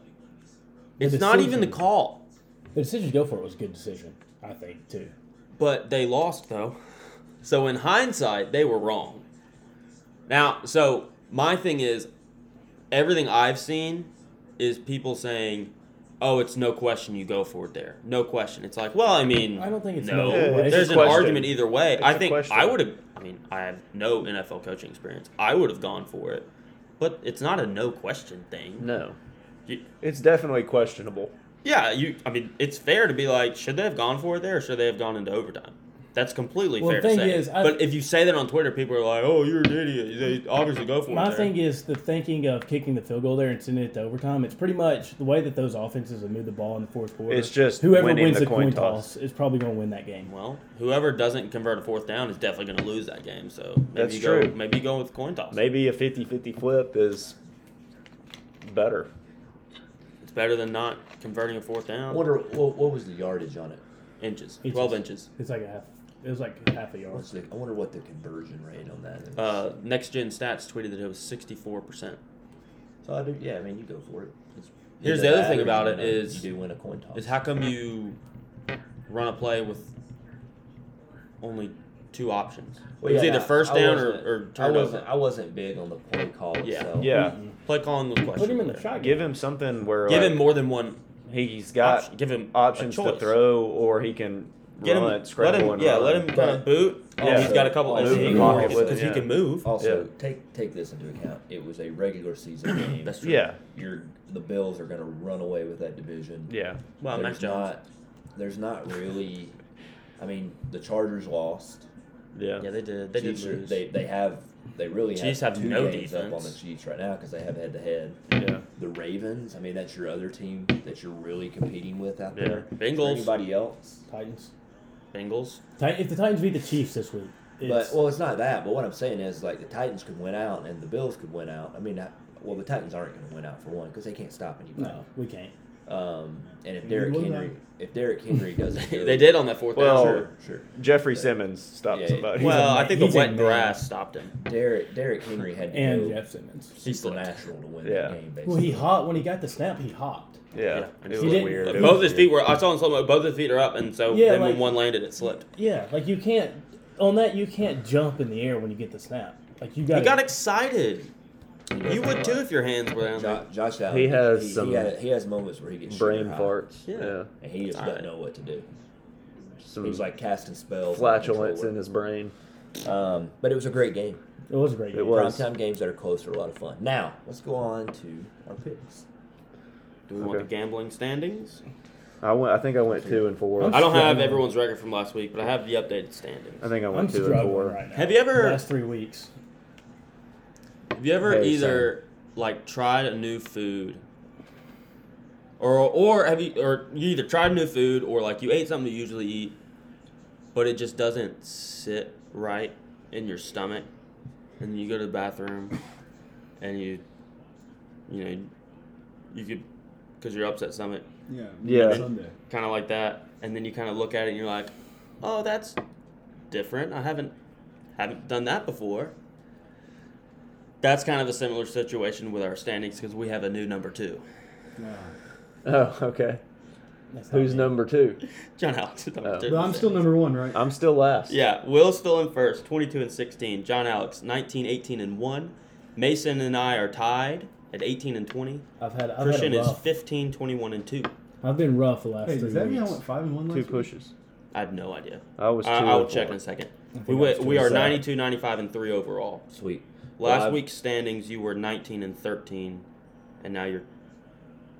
Speaker 3: The
Speaker 2: It's not even the
Speaker 3: decision.
Speaker 2: call.
Speaker 3: the decision to go for it was a good decision, I think too.
Speaker 2: But they lost though. So in hindsight, they were wrong. Now, so my thing is everything I've seen is people saying, "Oh, it's no question you go for it there. No question." It's like, "Well, I mean,
Speaker 3: I don't think it's
Speaker 2: no.
Speaker 3: no Yeah, question.
Speaker 2: There's
Speaker 1: it's a
Speaker 2: an
Speaker 1: question.
Speaker 2: argument either way. I
Speaker 1: a
Speaker 2: think
Speaker 1: question.
Speaker 2: I would have I mean, I have no NFL coaching experience. I would have gone for it. But it's not a no question thing.
Speaker 1: No,
Speaker 2: You-
Speaker 1: it's definitely questionable.
Speaker 2: yeah, you. I mean, it's fair to be like, should they have gone for it there, or should they have gone into overtime? That's completely
Speaker 3: Well,
Speaker 2: fair
Speaker 3: the
Speaker 2: to
Speaker 3: thing
Speaker 2: say.
Speaker 3: is, I-
Speaker 2: but if you say that on Twitter, people are like, "Oh, you're an idiot." They obviously go for it.
Speaker 3: My
Speaker 2: there.
Speaker 3: thing is the thinking of kicking the field goal there and sending it to overtime. It's pretty much the way that those offenses have moved the ball in the fourth quarter.
Speaker 1: It's just
Speaker 3: whoever
Speaker 1: winning
Speaker 3: wins
Speaker 1: the
Speaker 3: the,
Speaker 1: coin
Speaker 3: coin
Speaker 1: toss.
Speaker 3: toss, is probably going to win that game.
Speaker 2: well, whoever doesn't convert a fourth down is definitely going to lose that game. So maybe
Speaker 1: That's
Speaker 2: you go,
Speaker 1: true.
Speaker 2: Maybe you go with coin toss.
Speaker 1: Maybe a 50-50 flip is better.
Speaker 2: It's better than not converting a fourth
Speaker 4: I
Speaker 2: down.
Speaker 4: wonder what, what was the yardage on it.
Speaker 2: Inches,
Speaker 3: Inches.
Speaker 2: twelve inches.
Speaker 3: It's like a half. It was like half a yard.
Speaker 4: What's the, I wonder what the conversion rate on that is.
Speaker 2: Uh, Next Gen Stats tweeted that it was sixty-four percent.
Speaker 4: so I do, yeah, I mean, you go for it. It's-
Speaker 2: Here's
Speaker 4: either
Speaker 2: the other
Speaker 4: that
Speaker 2: thing
Speaker 4: or
Speaker 2: about
Speaker 4: you
Speaker 2: it
Speaker 4: know,
Speaker 2: is-
Speaker 4: you do win a coin toss.
Speaker 2: Is how come you run a play with only two options?
Speaker 4: Well,
Speaker 2: it was
Speaker 4: yeah,
Speaker 2: either
Speaker 4: I-
Speaker 2: first
Speaker 4: I
Speaker 2: down or,
Speaker 4: wasn't-
Speaker 2: or
Speaker 4: I
Speaker 2: turnover.
Speaker 4: wasn't. I wasn't big on the play call
Speaker 2: Yeah.
Speaker 4: itself.
Speaker 1: Yeah,
Speaker 2: Play calling was questionable.
Speaker 3: Put him in the
Speaker 2: there.
Speaker 3: shotgun.
Speaker 1: give him something where
Speaker 2: Give
Speaker 1: like,
Speaker 2: him more than one.
Speaker 1: he's got
Speaker 2: option. give him a
Speaker 1: options to
Speaker 2: choice.
Speaker 1: throw, or he can
Speaker 2: Get him,
Speaker 1: run,
Speaker 2: let
Speaker 1: scramble,
Speaker 2: him,
Speaker 1: and
Speaker 2: yeah,
Speaker 1: run.
Speaker 2: let him kind
Speaker 4: But-
Speaker 2: of boot. Oh,
Speaker 1: Yeah.
Speaker 2: he's got a couple
Speaker 4: Also,
Speaker 2: of
Speaker 4: he
Speaker 2: extra
Speaker 4: can
Speaker 2: pockets
Speaker 1: walk with
Speaker 2: because
Speaker 1: it,
Speaker 2: he can
Speaker 1: yeah.
Speaker 2: move.
Speaker 4: Also,
Speaker 1: Yeah.
Speaker 4: take take this into account. It was a
Speaker 2: <coughs>
Speaker 4: regular season game.
Speaker 2: That's true.
Speaker 1: Yeah,
Speaker 4: You're, the Bills are going to run away with that division.
Speaker 1: yeah.
Speaker 2: Well, Mac
Speaker 4: there's
Speaker 2: Jones.
Speaker 4: not. There's not really. I mean, the Chargers lost.
Speaker 1: Yeah.
Speaker 2: Yeah, they did. They did
Speaker 4: Chiefs are-
Speaker 2: lose.
Speaker 4: They, they have. They really
Speaker 2: Chiefs
Speaker 4: have,
Speaker 2: have
Speaker 4: two
Speaker 2: no
Speaker 4: games up on the
Speaker 2: defense.
Speaker 4: Chiefs right now because they have head to head.
Speaker 1: Yeah.
Speaker 4: The Ravens. I mean, that's your other team that you're really competing with out
Speaker 1: Yeah.
Speaker 4: there. Is there
Speaker 2: Bengals.
Speaker 4: Anybody else?
Speaker 3: Titans.
Speaker 2: Bengals.
Speaker 3: Ti- if the Titans beat the Chiefs this week, it's,
Speaker 4: But well, it's not that. But what I'm saying is, like, the Titans could win out and the Bills could win out. I mean, I, well, the Titans aren't going to win out for one because they can't stop anybody.
Speaker 3: no, we can't.
Speaker 4: Um, and if
Speaker 5: You
Speaker 4: Derrick
Speaker 5: won
Speaker 4: Henry,
Speaker 5: that.
Speaker 4: if Derrick Henry
Speaker 1: <laughs>
Speaker 4: doesn't, do
Speaker 2: they
Speaker 4: it-
Speaker 2: did on that fourth
Speaker 1: Well,
Speaker 2: down.
Speaker 4: Sure, sure.
Speaker 1: Jeffrey Simmons stopped
Speaker 4: Yeah,
Speaker 1: somebody. <laughs>
Speaker 3: He's
Speaker 2: Well,
Speaker 3: a
Speaker 2: I
Speaker 3: ma-
Speaker 2: think the
Speaker 3: he's a
Speaker 2: wet
Speaker 3: man.
Speaker 2: grass stopped him.
Speaker 4: Derrick Derrick Henry had to
Speaker 3: And
Speaker 4: go
Speaker 3: Jeff Simmons.
Speaker 4: he's
Speaker 2: He's
Speaker 4: the
Speaker 2: the
Speaker 4: natural to win
Speaker 1: Yeah.
Speaker 4: that game. Basically.
Speaker 3: Well, he hot when he got the snap. He hopped.
Speaker 1: yeah.
Speaker 2: I
Speaker 1: It
Speaker 2: knew
Speaker 1: was
Speaker 3: He didn't-
Speaker 1: weird. It
Speaker 2: both
Speaker 1: was
Speaker 2: his
Speaker 1: weird.
Speaker 2: feet were. I saw in slow mo. Both his feet are up, and so
Speaker 3: Yeah,
Speaker 2: then when
Speaker 3: like-
Speaker 2: one landed, it slipped.
Speaker 3: Yeah, like you can't on that. You can't jump in the air when you get the snap. Like you got.
Speaker 2: He got excited.
Speaker 4: He does
Speaker 2: You
Speaker 4: that a
Speaker 2: would too
Speaker 4: lot.
Speaker 2: if your hands were down. there.
Speaker 4: Jo- Josh Allen.
Speaker 1: He has
Speaker 4: he,
Speaker 1: some
Speaker 4: he, has, he has moments where he gets
Speaker 1: Brain
Speaker 4: sugar high,
Speaker 1: farts.
Speaker 2: Yeah.
Speaker 1: Yeah.
Speaker 4: and he just
Speaker 2: All
Speaker 4: doesn't
Speaker 2: right.
Speaker 4: know what to do.
Speaker 1: Some
Speaker 4: He's like casting spells.
Speaker 1: flatulence in his brain.
Speaker 4: his. Um, but it was a great game.
Speaker 3: It was a great.
Speaker 1: It
Speaker 3: game.
Speaker 1: was.
Speaker 4: Primetime games that are close are a lot of fun. Now let's go on to our picks.
Speaker 2: Do we want the
Speaker 1: Okay.
Speaker 2: gambling standings?
Speaker 1: I went. I think I went two and four.
Speaker 3: I'm
Speaker 2: I don't have
Speaker 3: Struggling.
Speaker 2: everyone's record from last week, but I have the updated standings.
Speaker 1: I think I
Speaker 3: I'm
Speaker 1: went two and four.
Speaker 3: struggling
Speaker 1: <laughs>
Speaker 3: right now.
Speaker 2: Have you ever-
Speaker 3: The last three weeks?
Speaker 2: Have you ever
Speaker 1: Very
Speaker 2: either like tried a new food, or or have you or you either tried new food or like you ate something you usually eat, but it just doesn't sit right in your stomach, and you go to the bathroom, and you, you know, you could, cause you're upset stomach,
Speaker 5: Yeah.
Speaker 1: Yeah.
Speaker 5: Sunday.
Speaker 2: kind of like that, and then you kind of look at it and you're like, oh that's different. I haven't haven't done that before. That's kind of a similar situation with our standings because we have a new number two. <laughs>
Speaker 5: Yeah.
Speaker 1: Oh, okay.
Speaker 3: That's not
Speaker 1: Who's
Speaker 3: me.
Speaker 1: number two?
Speaker 2: John Alex is number
Speaker 1: Oh.
Speaker 2: two.
Speaker 5: But I'm still number one, right?
Speaker 2: Uh,
Speaker 1: I'm still last.
Speaker 2: <laughs> Yeah, Will's still in first, 22 and 16. John Alex, 19, 18, and 1. Mason and I are tied at 18 and 20.
Speaker 3: I've had I've
Speaker 2: Christian
Speaker 3: had a
Speaker 2: is
Speaker 3: rough.
Speaker 2: 15, 21, and 2.
Speaker 3: I've been rough the last
Speaker 5: hey,
Speaker 3: three
Speaker 5: does that mean
Speaker 3: weeks.
Speaker 5: I went five and one last
Speaker 1: Two
Speaker 5: week?
Speaker 1: pushes.
Speaker 2: I have no idea.
Speaker 1: I was two.
Speaker 2: I, I'll
Speaker 1: and
Speaker 2: check
Speaker 1: four.
Speaker 2: in a second.
Speaker 3: think
Speaker 2: We,
Speaker 3: I
Speaker 2: went,
Speaker 3: was
Speaker 2: we are
Speaker 3: 27.
Speaker 2: 92, 95, and 3 overall.
Speaker 4: Sweet.
Speaker 2: Last
Speaker 4: Well, I've-
Speaker 2: week's standings, you were 19 and 13, and now you're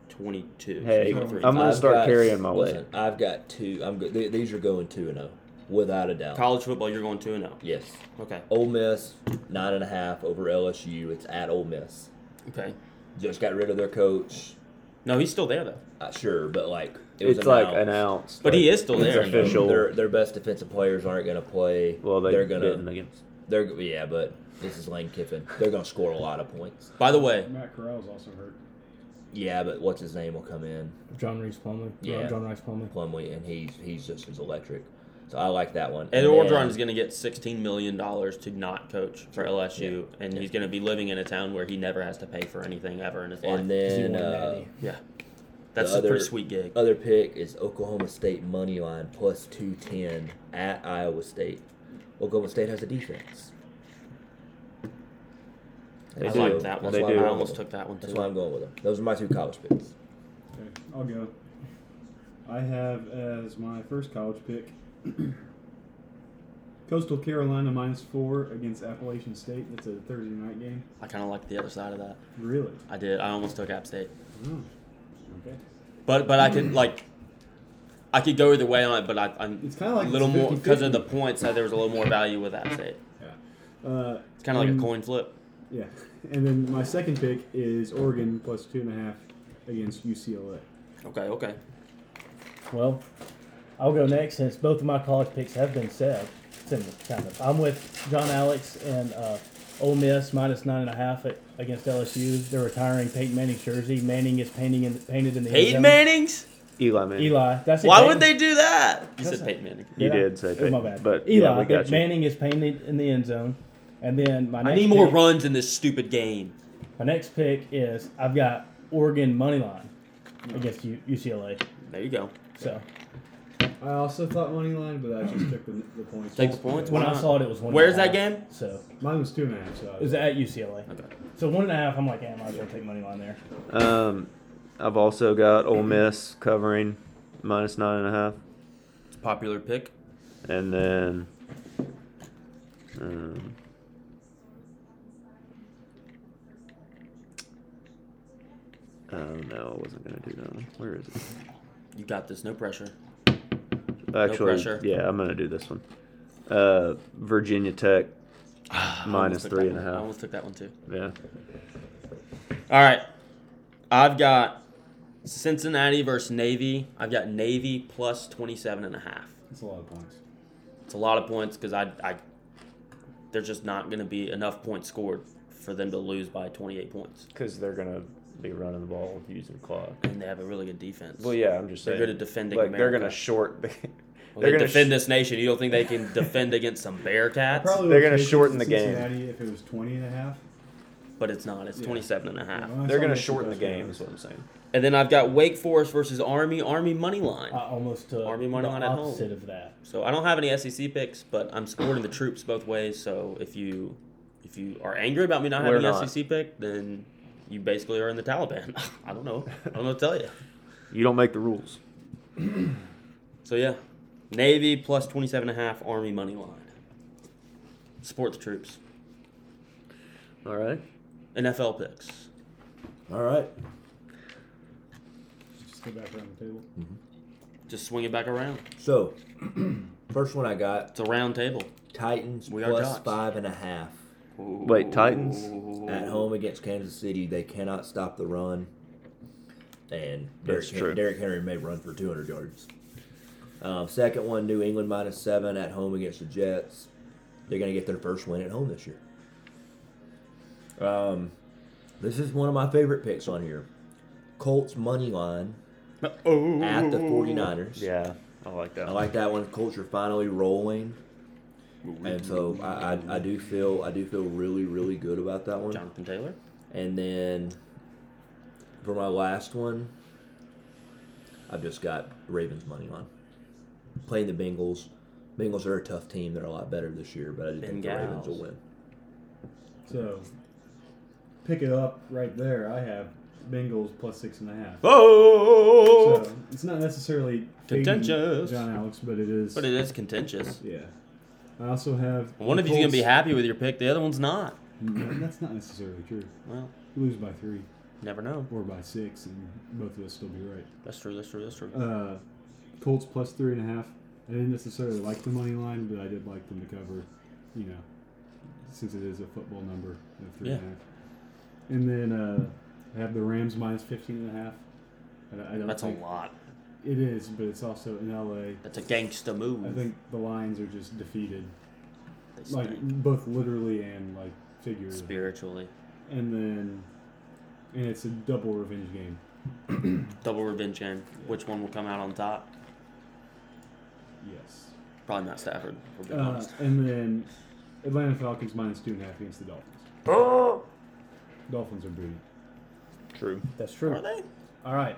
Speaker 2: 22. so
Speaker 1: Hey,
Speaker 2: you went three
Speaker 1: I'm
Speaker 2: times.
Speaker 1: gonna start
Speaker 4: got-
Speaker 1: carrying my weight.
Speaker 4: listen, I've got two. I'm good. th- These are going two and zero, without a doubt.
Speaker 2: College football, you're going 2 and 0.
Speaker 4: Yes.
Speaker 2: Okay.
Speaker 4: Ole Miss nine and a half over LSU. It's at Ole Miss.
Speaker 2: Okay.
Speaker 4: Just got rid of their coach.
Speaker 2: No, he's still there, though.
Speaker 4: Uh, sure, but like it was
Speaker 1: It's like
Speaker 4: announced.
Speaker 1: an ounce.
Speaker 2: But
Speaker 1: like,
Speaker 2: he is still
Speaker 1: it's
Speaker 2: there.
Speaker 1: official.
Speaker 4: Their their best defensive players aren't going to play.
Speaker 1: Well, they
Speaker 4: are going
Speaker 1: didn't
Speaker 4: to.
Speaker 1: against.
Speaker 4: They're yeah, but this is Lane Kiffin. They're going to score a lot of points.
Speaker 2: By the way,
Speaker 5: Matt Corral's also hurt.
Speaker 4: Yeah, but what's his name will come in
Speaker 3: John Reese Plumley.
Speaker 4: Yeah.
Speaker 3: John Reese Plumley.
Speaker 4: Plumlee, and he's he's just as electric. So I like that one.
Speaker 2: Ed
Speaker 4: And then-
Speaker 2: Orgeron is going to get $16 million to not coach for LSU, and he's going to be living in a town where he never has to pay for anything ever in his life.
Speaker 4: And
Speaker 3: 'Cause he
Speaker 4: then
Speaker 3: won
Speaker 4: uh,
Speaker 3: Natty.
Speaker 2: yeah. That's
Speaker 4: the
Speaker 2: a pretty
Speaker 4: other-
Speaker 2: sweet gig.
Speaker 4: other pick is Oklahoma State money line plus two ten at Iowa State. Oklahoma State has a defense.
Speaker 1: They
Speaker 2: I
Speaker 1: do.
Speaker 2: like that one.
Speaker 1: They
Speaker 4: why
Speaker 1: do.
Speaker 4: I'm
Speaker 2: I
Speaker 4: going
Speaker 2: almost
Speaker 4: with
Speaker 2: took that one,
Speaker 4: them.
Speaker 2: too.
Speaker 4: That's why I'm going with them. Those are my two college picks.
Speaker 5: Okay, I'll go. I have as my first college pick <clears throat> Coastal Carolina minus four against Appalachian State. That's a Thursday night game.
Speaker 2: I kind of like the other side of that.
Speaker 5: Really?
Speaker 2: I did. I almost took App State.
Speaker 5: Oh, okay.
Speaker 2: But but I could like I could go either way on it, but I, I'm
Speaker 5: It's kinda like
Speaker 2: a little
Speaker 5: it's
Speaker 2: more because of
Speaker 5: 50-50.
Speaker 2: the points. I, there was a little more value with that state.
Speaker 5: Yeah. Uh,
Speaker 2: It's kind of like
Speaker 3: Hmm.
Speaker 5: Um,
Speaker 2: a coin flip.
Speaker 5: yeah. And then my second pick is Oregon plus two and a half against UCLA.
Speaker 2: Okay, okay.
Speaker 3: Well, I'll go next since both of my college picks have been said. Similar, kind of. I'm with John Alex and uh, Ole Miss minus nine and a half at, against LSU. They're retiring Peyton Manning's jersey. Manning is painting in, painted in the end
Speaker 2: Peyton
Speaker 3: zone.
Speaker 2: Manning's?
Speaker 1: Eli Manning.
Speaker 3: Eli. That's it,
Speaker 2: Why
Speaker 3: Peyton.
Speaker 2: would they do that? You
Speaker 3: That's
Speaker 2: said
Speaker 3: not-
Speaker 2: Peyton Manning.
Speaker 1: You
Speaker 3: Yeah.
Speaker 1: did say
Speaker 3: It was
Speaker 1: Peyton,
Speaker 3: my bad.
Speaker 1: but
Speaker 3: Eli,
Speaker 1: yeah, we got
Speaker 3: but
Speaker 1: you.
Speaker 3: Manning is painted in the end zone. And then my next
Speaker 2: I need more
Speaker 3: pick,
Speaker 2: runs in this stupid game.
Speaker 3: My next pick is I've got Oregon money line against U- UCLA.
Speaker 2: There you go.
Speaker 3: So
Speaker 5: I also thought money line, but I just took the, the points.
Speaker 2: Take the points.
Speaker 3: when
Speaker 2: Why
Speaker 3: I
Speaker 2: not?
Speaker 3: saw it, it was one. and a
Speaker 2: Where's that
Speaker 3: half.
Speaker 2: game?
Speaker 3: So
Speaker 5: Mine was two and a half. So I-
Speaker 3: it was at UCLA.
Speaker 2: Okay.
Speaker 3: So one and a half. I'm like, yeah, I might as well take money line there.
Speaker 1: Um, I've also got Ole Miss covering minus nine and a half,
Speaker 2: It's a popular pick.
Speaker 1: and then. Um, Oh no, I wasn't gonna do that. one. Where is it?
Speaker 2: You got this. No pressure.
Speaker 1: Actually,
Speaker 2: pressure.
Speaker 1: yeah, I'm gonna do this one. Uh, Virginia Tech,
Speaker 2: <sighs> I
Speaker 1: Minus
Speaker 2: almost took
Speaker 1: three
Speaker 2: that
Speaker 1: and a
Speaker 2: one. I
Speaker 1: half.
Speaker 2: almost took that one too.
Speaker 1: yeah.
Speaker 2: All right. I've got Cincinnati versus Navy. I've got Navy plus 27 and a half.
Speaker 5: That's a lot of points.
Speaker 2: It's a lot of points because I, I, there's just not going to be enough points scored for them to lose by 28 points.
Speaker 1: Because they're gonna be running the ball using clock.
Speaker 2: And they have a really good defense.
Speaker 1: Well, yeah, I'm just
Speaker 2: They're
Speaker 1: saying.
Speaker 2: good at defending
Speaker 1: Like they're gonna
Speaker 2: America.
Speaker 1: short. The, <laughs>
Speaker 2: Well,
Speaker 1: they're
Speaker 2: they
Speaker 1: gonna
Speaker 2: defend
Speaker 1: sh-
Speaker 2: this nation. You don't think they can defend against some
Speaker 5: I
Speaker 2: Bearcats?
Speaker 1: They're
Speaker 5: probably
Speaker 1: gonna
Speaker 5: would have taken
Speaker 1: shorten the game.
Speaker 5: Cincinnati if it was 20 and a half.
Speaker 2: but it's not. It's
Speaker 5: Yeah.
Speaker 2: 27 and a half.
Speaker 5: When I
Speaker 1: They're
Speaker 5: saw
Speaker 1: gonna
Speaker 5: that,
Speaker 1: shorten the
Speaker 5: that's what I
Speaker 1: game.
Speaker 5: was-
Speaker 1: Is what I'm saying.
Speaker 2: And then I've got Wake Forest versus Army. Army money line.
Speaker 1: Uh,
Speaker 3: I almost took
Speaker 2: Army money
Speaker 3: the
Speaker 2: line at home.
Speaker 3: opposite of that.
Speaker 2: So I don't have any SEC picks, but I'm supporting the troops both ways. So if you if you are angry about me not
Speaker 1: We're
Speaker 2: having
Speaker 1: not.
Speaker 2: an SEC pick, then you basically are in the Taliban. <laughs> I don't know. I don't know what to tell you.
Speaker 1: You don't make the rules.
Speaker 2: So yeah, Navy plus 27 and a half, Army money line. Support the troops.
Speaker 1: All right.
Speaker 2: NFL picks.
Speaker 4: All right.
Speaker 5: Just go back around the table.
Speaker 2: Just swing it back around.
Speaker 4: So <clears throat> first one I got
Speaker 2: It's a round table.
Speaker 4: Titans
Speaker 2: We are
Speaker 4: plus
Speaker 2: jocks.
Speaker 4: five and a half
Speaker 1: Wait, Titans?
Speaker 2: Ooh.
Speaker 4: at home against Kansas City. They cannot stop the run, and Derrick
Speaker 1: That's
Speaker 4: Hen-
Speaker 1: true.
Speaker 4: Derrick Henry may run for 200 yards. Um, second one, New England minus seven at home against the Jets. They're going to get their first win at home this year. Um, this is one of my favorite picks on here. Colts money line
Speaker 2: Oh.
Speaker 4: at the 49ers.
Speaker 1: Yeah, I like that.
Speaker 4: I like that one. Colts are finally rolling. and so I, I, I do feel I do feel really really good about that one.
Speaker 2: Jonathan Taylor.
Speaker 4: And then for my last one, I've just got Ravens money line. Playing the Bengals. Bengals are a tough team. They're a lot better this year, but I just think the Ravens will
Speaker 2: Bengals.
Speaker 4: win.
Speaker 5: So pick it up right there. I have Bengals plus six and a half.
Speaker 2: Oh,
Speaker 5: So it's not necessarily fading
Speaker 2: Contentious.
Speaker 5: John Alex, but it is.
Speaker 2: but it is contentious.
Speaker 5: yeah. I also have
Speaker 2: One
Speaker 5: the
Speaker 2: of you's gonna be
Speaker 5: Colts-
Speaker 2: happy with your pick. The other one's not.
Speaker 5: Mm, That's not necessarily true.
Speaker 2: Well,
Speaker 5: You lose by three
Speaker 2: never know.
Speaker 5: or by six, and both of us still be right.
Speaker 2: That's true. That's true. That's true.
Speaker 5: Uh, Colts plus three and a half. I didn't necessarily like the money line, but I did like them to cover. You know, since it is a football number of three and a
Speaker 2: Yeah.
Speaker 5: half. and then uh, I have the Rams minus fifteen and a half. I, don't- I don't
Speaker 2: That's a
Speaker 5: think-
Speaker 2: lot.
Speaker 5: It is, but it's also in LA.
Speaker 2: That's a gangsta
Speaker 5: I
Speaker 2: move.
Speaker 5: think the Lions are just defeated,
Speaker 2: They
Speaker 5: like
Speaker 2: stink.
Speaker 5: both literally and like figuratively.
Speaker 2: spiritually.
Speaker 5: And then, and it's a double revenge game.
Speaker 2: Double revenge game. Which one will come out on top?
Speaker 5: Yes.
Speaker 2: Probably not Stafford. If we're being
Speaker 5: Uh,
Speaker 2: honest.
Speaker 5: and then Atlanta Falcons minus two and a half against the Dolphins. Dolphins are booty.
Speaker 1: True.
Speaker 3: That's true.
Speaker 2: Are they?
Speaker 3: All right.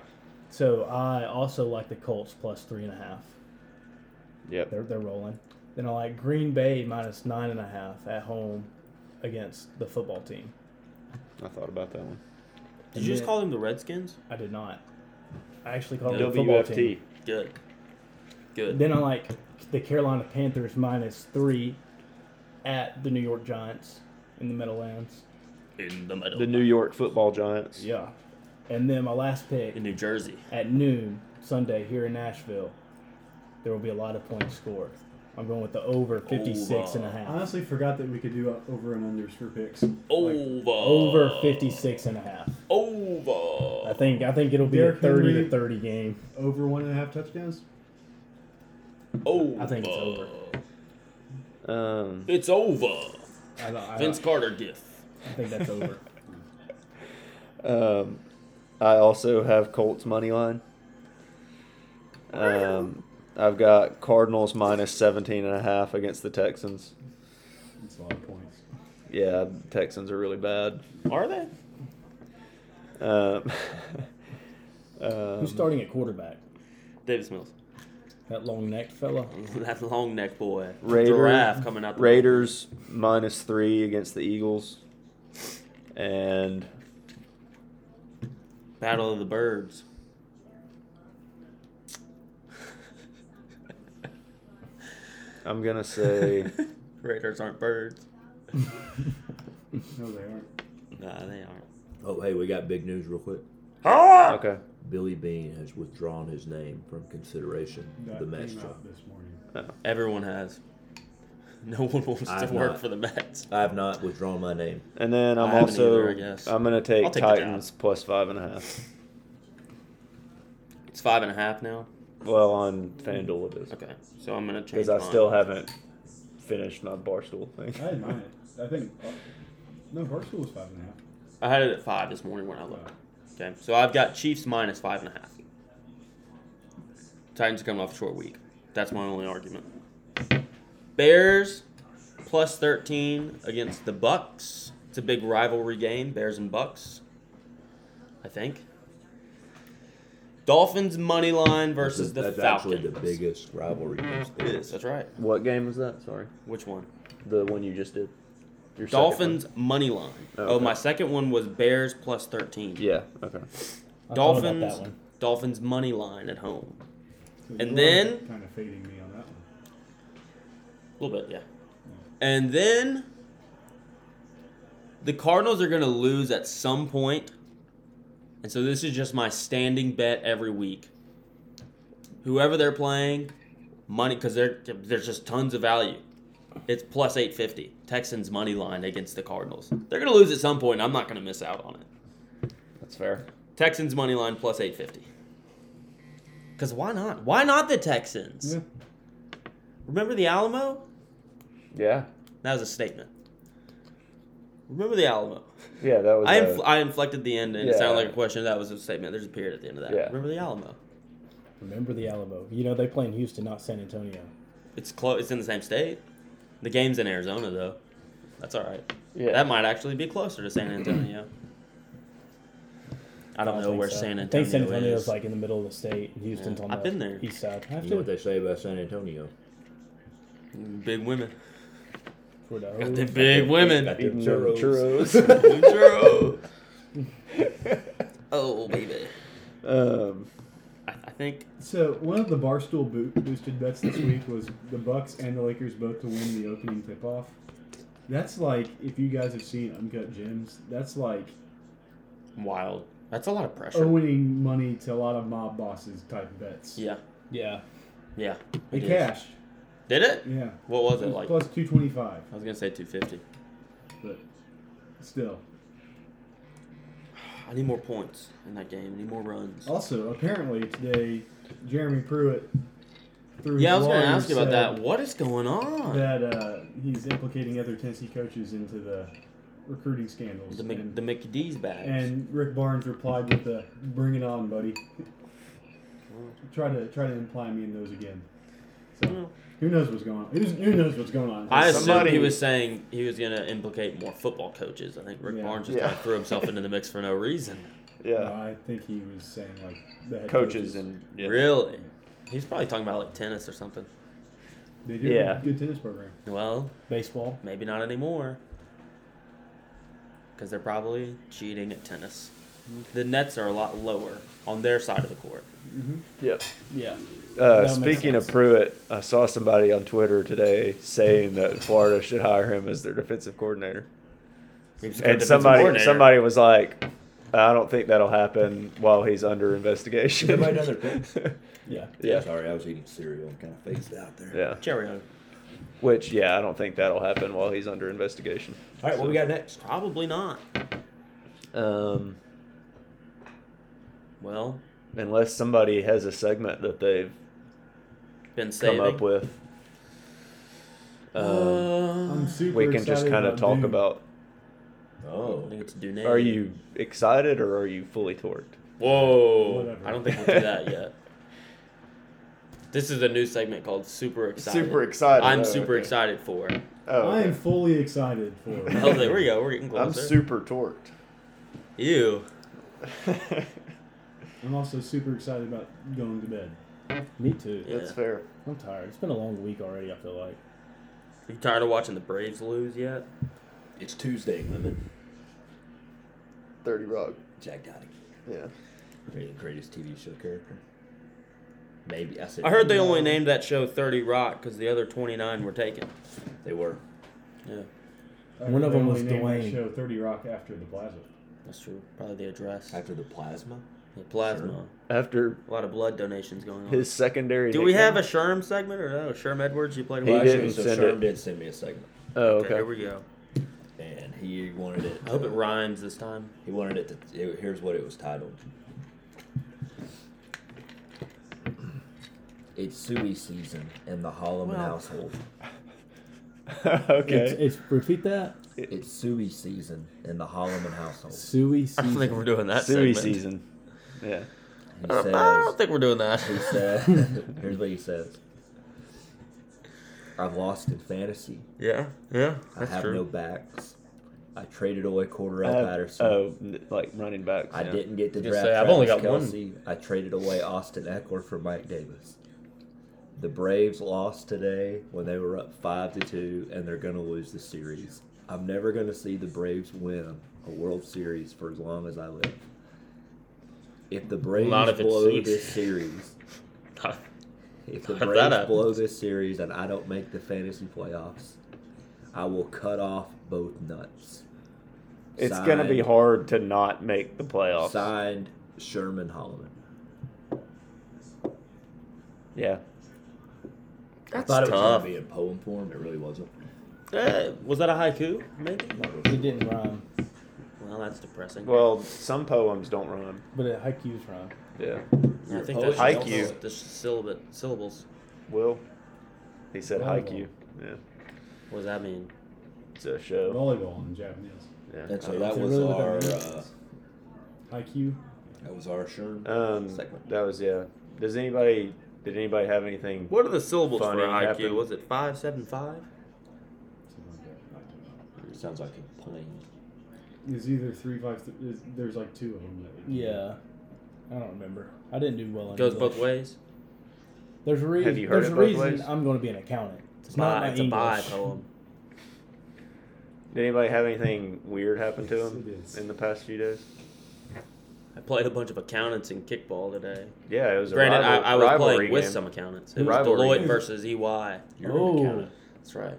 Speaker 3: So I also like the Colts plus three and a half.
Speaker 1: Yep.
Speaker 3: They're they're rolling. Then I like Green Bay minus nine and a half at home against the football team.
Speaker 1: I thought about that one.
Speaker 2: Did you just call them the Redskins?
Speaker 3: I did not. I actually called it the football
Speaker 1: WFT.
Speaker 3: team.
Speaker 2: Good. Good.
Speaker 3: Then I like the Carolina Panthers minus three at the New York Giants in the Meadowlands.
Speaker 2: In the middle.
Speaker 1: The New York Football Giants.
Speaker 3: Yeah. And then my last pick
Speaker 2: In New Jersey.
Speaker 3: at noon Sunday here in Nashville, there will be a lot of points scored. I'm going with the over 56
Speaker 2: uh,
Speaker 3: and a
Speaker 5: I
Speaker 3: half.
Speaker 5: honestly forgot that we could do over and unders for picks. Like,
Speaker 2: Over.
Speaker 3: Over
Speaker 2: uh,
Speaker 3: 56 and a half. I
Speaker 2: Over.
Speaker 3: think I think it'll be a
Speaker 5: Derrick
Speaker 3: 30 to
Speaker 5: Henry.
Speaker 3: 30 game.
Speaker 5: over one and a half touchdowns.
Speaker 2: Over.
Speaker 3: I think it's over.
Speaker 1: Um,
Speaker 2: It's over.
Speaker 3: I, I,
Speaker 2: Vince Carter gif.
Speaker 3: I think
Speaker 2: <laughs>
Speaker 3: that's over.
Speaker 1: um, I also have Colts money line. Um, I've got Cardinals minus 17 and a half against the Texans.
Speaker 5: That's a lot of points.
Speaker 1: Yeah, Texans are really bad.
Speaker 2: Are they?
Speaker 1: Um, <laughs>
Speaker 3: Who's
Speaker 1: um,
Speaker 3: starting at quarterback?
Speaker 2: Davis Mills.
Speaker 3: That long necked fella.
Speaker 2: <laughs> That long neck boy.
Speaker 1: Raider-
Speaker 2: Giraffe coming out. The
Speaker 1: Raiders minus three against the Eagles. And
Speaker 2: Battle of the Birds.
Speaker 1: I'm going to say
Speaker 2: <laughs> Raiders aren't birds.
Speaker 5: No, they aren't.
Speaker 2: Nah, they aren't.
Speaker 4: Oh, hey, we got big news real quick.
Speaker 1: okay.
Speaker 4: Billy Bean has withdrawn his name from consideration of
Speaker 5: That
Speaker 4: the Mets
Speaker 5: came
Speaker 4: job.
Speaker 5: out this morning.
Speaker 2: Everyone has. <laughs> No one wants
Speaker 4: I
Speaker 2: to
Speaker 4: have
Speaker 2: work
Speaker 4: not.
Speaker 2: for the Mets.
Speaker 4: I have not withdrawn my name.
Speaker 1: And then I'm
Speaker 2: I haven't
Speaker 1: also
Speaker 2: either, I guess.
Speaker 1: I'm going to
Speaker 2: I'll
Speaker 1: take
Speaker 2: take the down.
Speaker 1: Titans plus five and a half.
Speaker 2: It's five and a half now.
Speaker 1: Well, on FanDuel it is.
Speaker 2: Okay, so I'm gonna change.
Speaker 1: Because I
Speaker 2: mine.
Speaker 1: still haven't finished my Barstool thing.
Speaker 5: I didn't mind it. I think. Uh, no, Barstool was five and a half.
Speaker 2: I had it at five this morning when I looked. Okay, so I've got Chiefs minus five and a half. Titans are coming off a short week. That's my only argument. Bears plus thirteen against the Bucks. It's a big rivalry game, Bears and Bucks. I think. Dolphins money line versus the
Speaker 4: that's
Speaker 2: Falcons.
Speaker 4: actually the biggest rivalry. against the
Speaker 2: It is. That's right.
Speaker 1: What game was that? Sorry.
Speaker 2: Which one?
Speaker 1: The one you just did. Your second
Speaker 2: Dolphins money line.
Speaker 1: Oh,
Speaker 2: Oh,
Speaker 1: okay.
Speaker 2: my second one was Bears plus thirteen.
Speaker 1: one. Yeah, okay.
Speaker 3: I thought about
Speaker 2: Dolphins.
Speaker 3: that one.
Speaker 2: Dolphins money line at home.
Speaker 5: So
Speaker 2: And then-
Speaker 5: kind of fading me on that one.
Speaker 2: A little bit, yeah. And then the Cardinals are going to lose at some point. And so this is just my standing bet every week. Whoever they're playing, money because there there's just tons of value. It's plus 850 Texans money line against the Cardinals. They're going to lose at some point. I'm not going to miss out on it.
Speaker 1: That's fair.
Speaker 2: Texans money line plus 850. Cuz why not? Why not the Texans?
Speaker 5: Yeah.
Speaker 2: Remember the Alamo?
Speaker 1: Yeah.
Speaker 2: That was a statement. Remember the Alamo.
Speaker 1: Yeah, that was.
Speaker 2: I,
Speaker 1: uh,
Speaker 2: infl- I inflected the end and it sounded
Speaker 1: Yeah.
Speaker 2: like a question. That was a statement. There's a period at the end of that.
Speaker 1: Yeah.
Speaker 2: Remember the Alamo.
Speaker 3: Remember the Alamo. You know, they play in Houston, not San Antonio.
Speaker 2: It's close. It's in the same state. The game's in Arizona though. That's all right.
Speaker 1: Yeah.
Speaker 2: That might actually be closer to San Antonio. I don't know
Speaker 3: think
Speaker 2: where
Speaker 3: so.
Speaker 2: San Antonio
Speaker 3: I think San Antonio's
Speaker 2: is.
Speaker 3: like in the middle of the state, and Houston's
Speaker 2: Yeah.
Speaker 3: on
Speaker 2: I've
Speaker 3: the
Speaker 2: been there.
Speaker 3: east side. I have
Speaker 4: You know what
Speaker 3: to.
Speaker 4: they say about San Antonio?
Speaker 2: big women.
Speaker 3: For the-
Speaker 2: Got them big women.
Speaker 3: <laughs>
Speaker 4: Got them
Speaker 1: Eating them
Speaker 4: churros.
Speaker 1: churros.
Speaker 2: Blue churros. oh baby.
Speaker 1: <laughs>
Speaker 2: <laughs>
Speaker 1: um,
Speaker 2: I, I think
Speaker 5: So one of the barstool boot boosted bets this week was the Bucks and the Lakers both to win the opening tip-off. That's like if you guys have seen Uncut Gems, that's like
Speaker 2: wild. That's a lot of pressure.
Speaker 5: owing money to a lot of mob bosses type bets.
Speaker 2: Yeah.
Speaker 3: Yeah.
Speaker 2: Yeah.
Speaker 5: They
Speaker 2: it is.
Speaker 5: cashed.
Speaker 2: Did it?
Speaker 5: Yeah.
Speaker 2: What was it like?
Speaker 5: Plus 225,
Speaker 2: I was gonna say 250.
Speaker 5: but still.
Speaker 2: I need more points in that game. I need more runs.
Speaker 5: Also, apparently today, Jeremy Pruitt through
Speaker 2: Yeah, I was
Speaker 5: going
Speaker 2: gonna
Speaker 5: to
Speaker 2: ask you about that. What is going on?
Speaker 5: That uh, he's implicating other Tennessee coaches into the recruiting scandals.
Speaker 2: The, Mc,
Speaker 5: and,
Speaker 2: the Mickey D's bags.
Speaker 5: and Rick Barnes replied with the "Bring it on, buddy." try to try to imply me in those again. So who knows what's going on? Who's, who knows what's going on?
Speaker 2: I assumed
Speaker 1: Somebody-
Speaker 2: he was saying he was going to implicate more football coaches. I think Rick
Speaker 5: Yeah.
Speaker 2: Barnes just
Speaker 1: Yeah.
Speaker 2: kind of threw himself into the mix for no reason.
Speaker 5: No,
Speaker 1: yeah.
Speaker 5: I think he was saying like the head
Speaker 1: Coaches and yeah.
Speaker 2: Really? He's probably talking about like tennis or something.
Speaker 5: They do
Speaker 1: Yeah.
Speaker 5: have a good tennis program.
Speaker 2: Well,
Speaker 3: Baseball.
Speaker 2: maybe not anymore. Because they're probably cheating at tennis. The nets are a lot lower on their side of the court.
Speaker 1: Yep.
Speaker 3: Yeah.
Speaker 1: Uh,
Speaker 3: That makes
Speaker 1: speaking of
Speaker 3: sense.
Speaker 1: Pruitt, I saw somebody on Twitter today saying that Florida should hire him as their defensive coordinator.
Speaker 2: He's a good
Speaker 1: And
Speaker 2: defensive
Speaker 1: somebody
Speaker 2: coordinator.
Speaker 1: somebody was like, I don't think that'll happen while he's under investigation.
Speaker 4: Everybody done their pick?
Speaker 3: Yeah.
Speaker 1: <laughs> yeah.
Speaker 4: Sorry, I was eating cereal and kind of phased out there.
Speaker 1: Yeah.
Speaker 2: Cheerio.
Speaker 1: Which yeah, I don't think that'll happen while he's under investigation.
Speaker 4: All right, what we got next?
Speaker 2: Probably not.
Speaker 1: Um,
Speaker 2: Well,
Speaker 1: unless somebody has a segment that they've
Speaker 2: been saving.
Speaker 1: come up with. Um,
Speaker 5: I'm
Speaker 2: Uh,
Speaker 5: super
Speaker 1: we can just
Speaker 5: excited
Speaker 1: kind of talk
Speaker 5: Duke.
Speaker 1: about.
Speaker 2: I
Speaker 4: Oh,
Speaker 2: think it's Dunay.
Speaker 1: Are you excited or are you fully torqued?
Speaker 2: Whoa!
Speaker 5: Whatever.
Speaker 2: I don't think we'll do that yet. This is a new segment called "Super Excited."
Speaker 1: excited.
Speaker 2: I'm super excited for. it.
Speaker 1: Oh,
Speaker 5: I am fully excited for.
Speaker 2: Oh, there we go. We're getting closer.
Speaker 1: I'm super torqued.
Speaker 2: Ew.
Speaker 5: I'm also super excited about going to bed.
Speaker 3: Me too.
Speaker 2: Yeah.
Speaker 1: That's fair.
Speaker 3: I'm tired. It's been a long week already. I feel like.
Speaker 2: You tired of watching the Braves lose yet?
Speaker 4: it's Tuesday, women.
Speaker 1: Thirty Rock.
Speaker 4: Jack Dottie,
Speaker 1: Yeah.
Speaker 4: the greatest TV show character. Maybe I said.
Speaker 2: I heard they only named that show Thirty Rock because the other twenty nine were taken.
Speaker 4: They were.
Speaker 2: Yeah,
Speaker 3: One of
Speaker 5: They
Speaker 3: them
Speaker 5: only
Speaker 3: was
Speaker 5: named that
Speaker 3: Dwayne.
Speaker 5: Show Thirty Rock after the Plaza.
Speaker 2: that's true. Probably the address,
Speaker 4: After the plasma?
Speaker 2: the plasma,
Speaker 4: Sure.
Speaker 1: After
Speaker 2: a lot of blood donations going on.
Speaker 1: his secondary.
Speaker 2: do we have a
Speaker 1: nickname-
Speaker 2: Sherm segment or no? Sherm Edwards, you played a
Speaker 1: He
Speaker 2: while.
Speaker 4: Well, actually,
Speaker 1: didn't
Speaker 4: so
Speaker 1: send
Speaker 4: Sherm
Speaker 1: it.
Speaker 4: did send me a segment,
Speaker 1: Oh,
Speaker 2: Okay,
Speaker 1: okay. <laughs>
Speaker 2: here we go.
Speaker 4: and he wanted it.
Speaker 2: I hope it rhymes this time.
Speaker 4: He wanted it to. It, here's what it was titled. It's Suey season in the Holloman
Speaker 2: Well-
Speaker 4: household.
Speaker 1: okay.
Speaker 3: It's, it's repeat that.
Speaker 4: It's Suey season in the Holloman household.
Speaker 3: Suey
Speaker 2: <laughs> I don't think
Speaker 3: season.
Speaker 2: we're doing that.
Speaker 1: Suey
Speaker 2: segment.
Speaker 1: season. Yeah.
Speaker 2: <laughs>
Speaker 4: He
Speaker 2: I
Speaker 4: says,
Speaker 2: don't, I don't think we're doing that.
Speaker 4: he said, uh, <laughs> here's what he says. I've lost in fantasy.
Speaker 2: Yeah, yeah,
Speaker 4: I have
Speaker 2: <laughs>
Speaker 4: no backs. I traded away Cordell
Speaker 1: I have-
Speaker 4: Patterson.
Speaker 1: oh, n- like running backs.
Speaker 4: I
Speaker 1: yeah.
Speaker 4: didn't get to
Speaker 2: Just
Speaker 4: draft
Speaker 2: say, I've
Speaker 4: Travis
Speaker 2: only got one.
Speaker 4: Kelsey. I traded away Austin Eckler for Mike Davis. The Braves lost today when they were up five to two, and they're going to lose the series. I'm never going to see the Braves win a World Series for as long as I live. If the Braves
Speaker 2: Not if it
Speaker 4: blow
Speaker 2: suits.
Speaker 4: this series, if <laughs> the
Speaker 2: If that
Speaker 4: Braves
Speaker 2: happens.
Speaker 4: blow this series and I don't make the fantasy playoffs, I will cut off both nuts.
Speaker 1: It's gonna be
Speaker 4: Signed-
Speaker 1: hard to not make the playoffs.
Speaker 4: Signed Sherman Holloman.
Speaker 1: Yeah.
Speaker 4: I thought it was
Speaker 2: tough.
Speaker 4: gonna be in poem form. It really wasn't.
Speaker 2: Eh, was that a haiku? Maybe.
Speaker 3: It didn't rhyme,
Speaker 2: Well, that's depressing.
Speaker 1: Well, some poems don't rhyme.
Speaker 3: but it haikus rhyme.
Speaker 1: Yeah.
Speaker 2: I think
Speaker 4: You're
Speaker 2: that's
Speaker 1: poet.
Speaker 2: just
Speaker 1: Haiku.
Speaker 2: The syllabate, syllables.
Speaker 1: Will. He said
Speaker 3: Well,
Speaker 1: haiku. Yeah.
Speaker 2: What does that mean?
Speaker 1: It's a show.
Speaker 5: Volleyball in Japanese.
Speaker 1: Yeah.
Speaker 4: And so
Speaker 1: I don't
Speaker 4: that
Speaker 3: Is it
Speaker 4: was
Speaker 3: really what
Speaker 4: our
Speaker 3: that
Speaker 4: uh,
Speaker 3: means?
Speaker 5: IQ.
Speaker 4: that was our Sherman
Speaker 1: Um,
Speaker 4: segment.
Speaker 1: that was yeah. Does anybody did anybody have anything?
Speaker 2: What are the syllables
Speaker 1: Funny
Speaker 2: for a haiku?
Speaker 1: happened.
Speaker 2: Was it five, seven, five?
Speaker 4: Sounds like a plane.
Speaker 5: It's either three five. Th- is- there's like two of them. That
Speaker 3: Yeah. I don't remember. I didn't do well in
Speaker 2: It goes
Speaker 3: English.
Speaker 2: both ways.
Speaker 3: There's a reason.
Speaker 1: Have you heard
Speaker 3: there's
Speaker 1: it
Speaker 3: a
Speaker 1: both
Speaker 3: reason
Speaker 1: ways?
Speaker 3: I'm going to be an accountant. It's,
Speaker 2: Buy,
Speaker 3: not my
Speaker 2: it's a
Speaker 3: English.
Speaker 2: buy poem.
Speaker 1: Did anybody have anything weird happen to
Speaker 5: Yes,
Speaker 1: him
Speaker 5: it is.
Speaker 1: in the past few days?
Speaker 2: I played a bunch of accountants in kickball today.
Speaker 1: Yeah, it was a
Speaker 2: Granted,
Speaker 1: rival-
Speaker 2: I, I was
Speaker 1: rivalry
Speaker 2: playing with
Speaker 1: game.
Speaker 2: some accountants. It was
Speaker 1: Rivalry
Speaker 2: Deloitte
Speaker 1: game.
Speaker 2: versus E EY.
Speaker 4: You're
Speaker 3: Oh.
Speaker 4: an accountant.
Speaker 2: That's right.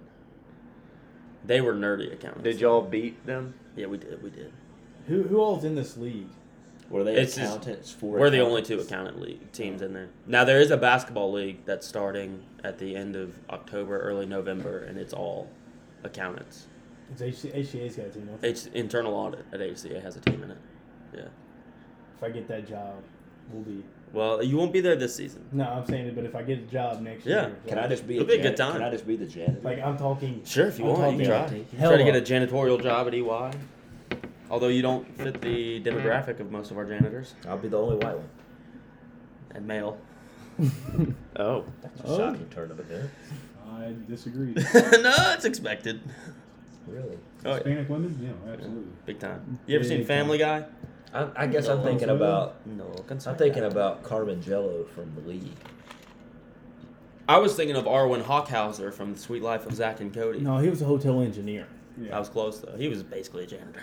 Speaker 2: They were nerdy accountants.
Speaker 1: Did y'all beat them?
Speaker 2: Yeah, we did. We did.
Speaker 3: Who who all's in this league?
Speaker 4: Were they
Speaker 2: It's just-
Speaker 4: accountants for?
Speaker 2: We're the only two
Speaker 4: accountants?
Speaker 2: accountant league teams in there. Now there is a basketball league that's starting at the end of October, early November, and it's all accountants.
Speaker 3: It's HC, HCA's got a team. don't they?
Speaker 2: It's internal audit at HCA has a team in it. Yeah.
Speaker 3: If I get that job, we'll be.
Speaker 2: Well, you won't be there this season.
Speaker 3: No, I'm saying it, but if I get a job next
Speaker 2: Yeah.
Speaker 3: year,
Speaker 4: Can I just be?
Speaker 2: It'll
Speaker 4: a
Speaker 2: be a good
Speaker 4: janitor?
Speaker 2: time.
Speaker 4: Can I just be the janitor?
Speaker 3: like I'm talking?
Speaker 2: Sure, if you
Speaker 3: I'm
Speaker 2: want, you
Speaker 3: talking
Speaker 2: can try. You can try to
Speaker 3: hella-
Speaker 2: get a janitorial job at EY. Although you don't fit the demographic of most of our janitors
Speaker 4: I'll be the only white one.
Speaker 2: and male. <laughs>
Speaker 1: Oh,
Speaker 4: That's a
Speaker 3: Oh.
Speaker 4: shocking turn of events.
Speaker 5: I disagree.
Speaker 2: no, it's expected.
Speaker 4: Really?
Speaker 2: Oh, yeah.
Speaker 5: Hispanic women? Yeah, absolutely.
Speaker 2: Big time. You ever
Speaker 5: Big
Speaker 2: seen Family Guy?
Speaker 4: I, I guess I'm
Speaker 2: No.
Speaker 4: thinking
Speaker 5: Also-
Speaker 4: about.
Speaker 2: No,
Speaker 4: I'm thinking about Carmen Jello from the league.
Speaker 2: I was thinking of Arwen Hockhauser from The Sweet Life of Zach and Cody.
Speaker 3: No, he was a hotel engineer.
Speaker 5: Yeah.
Speaker 2: That was close though. He was basically a janitor.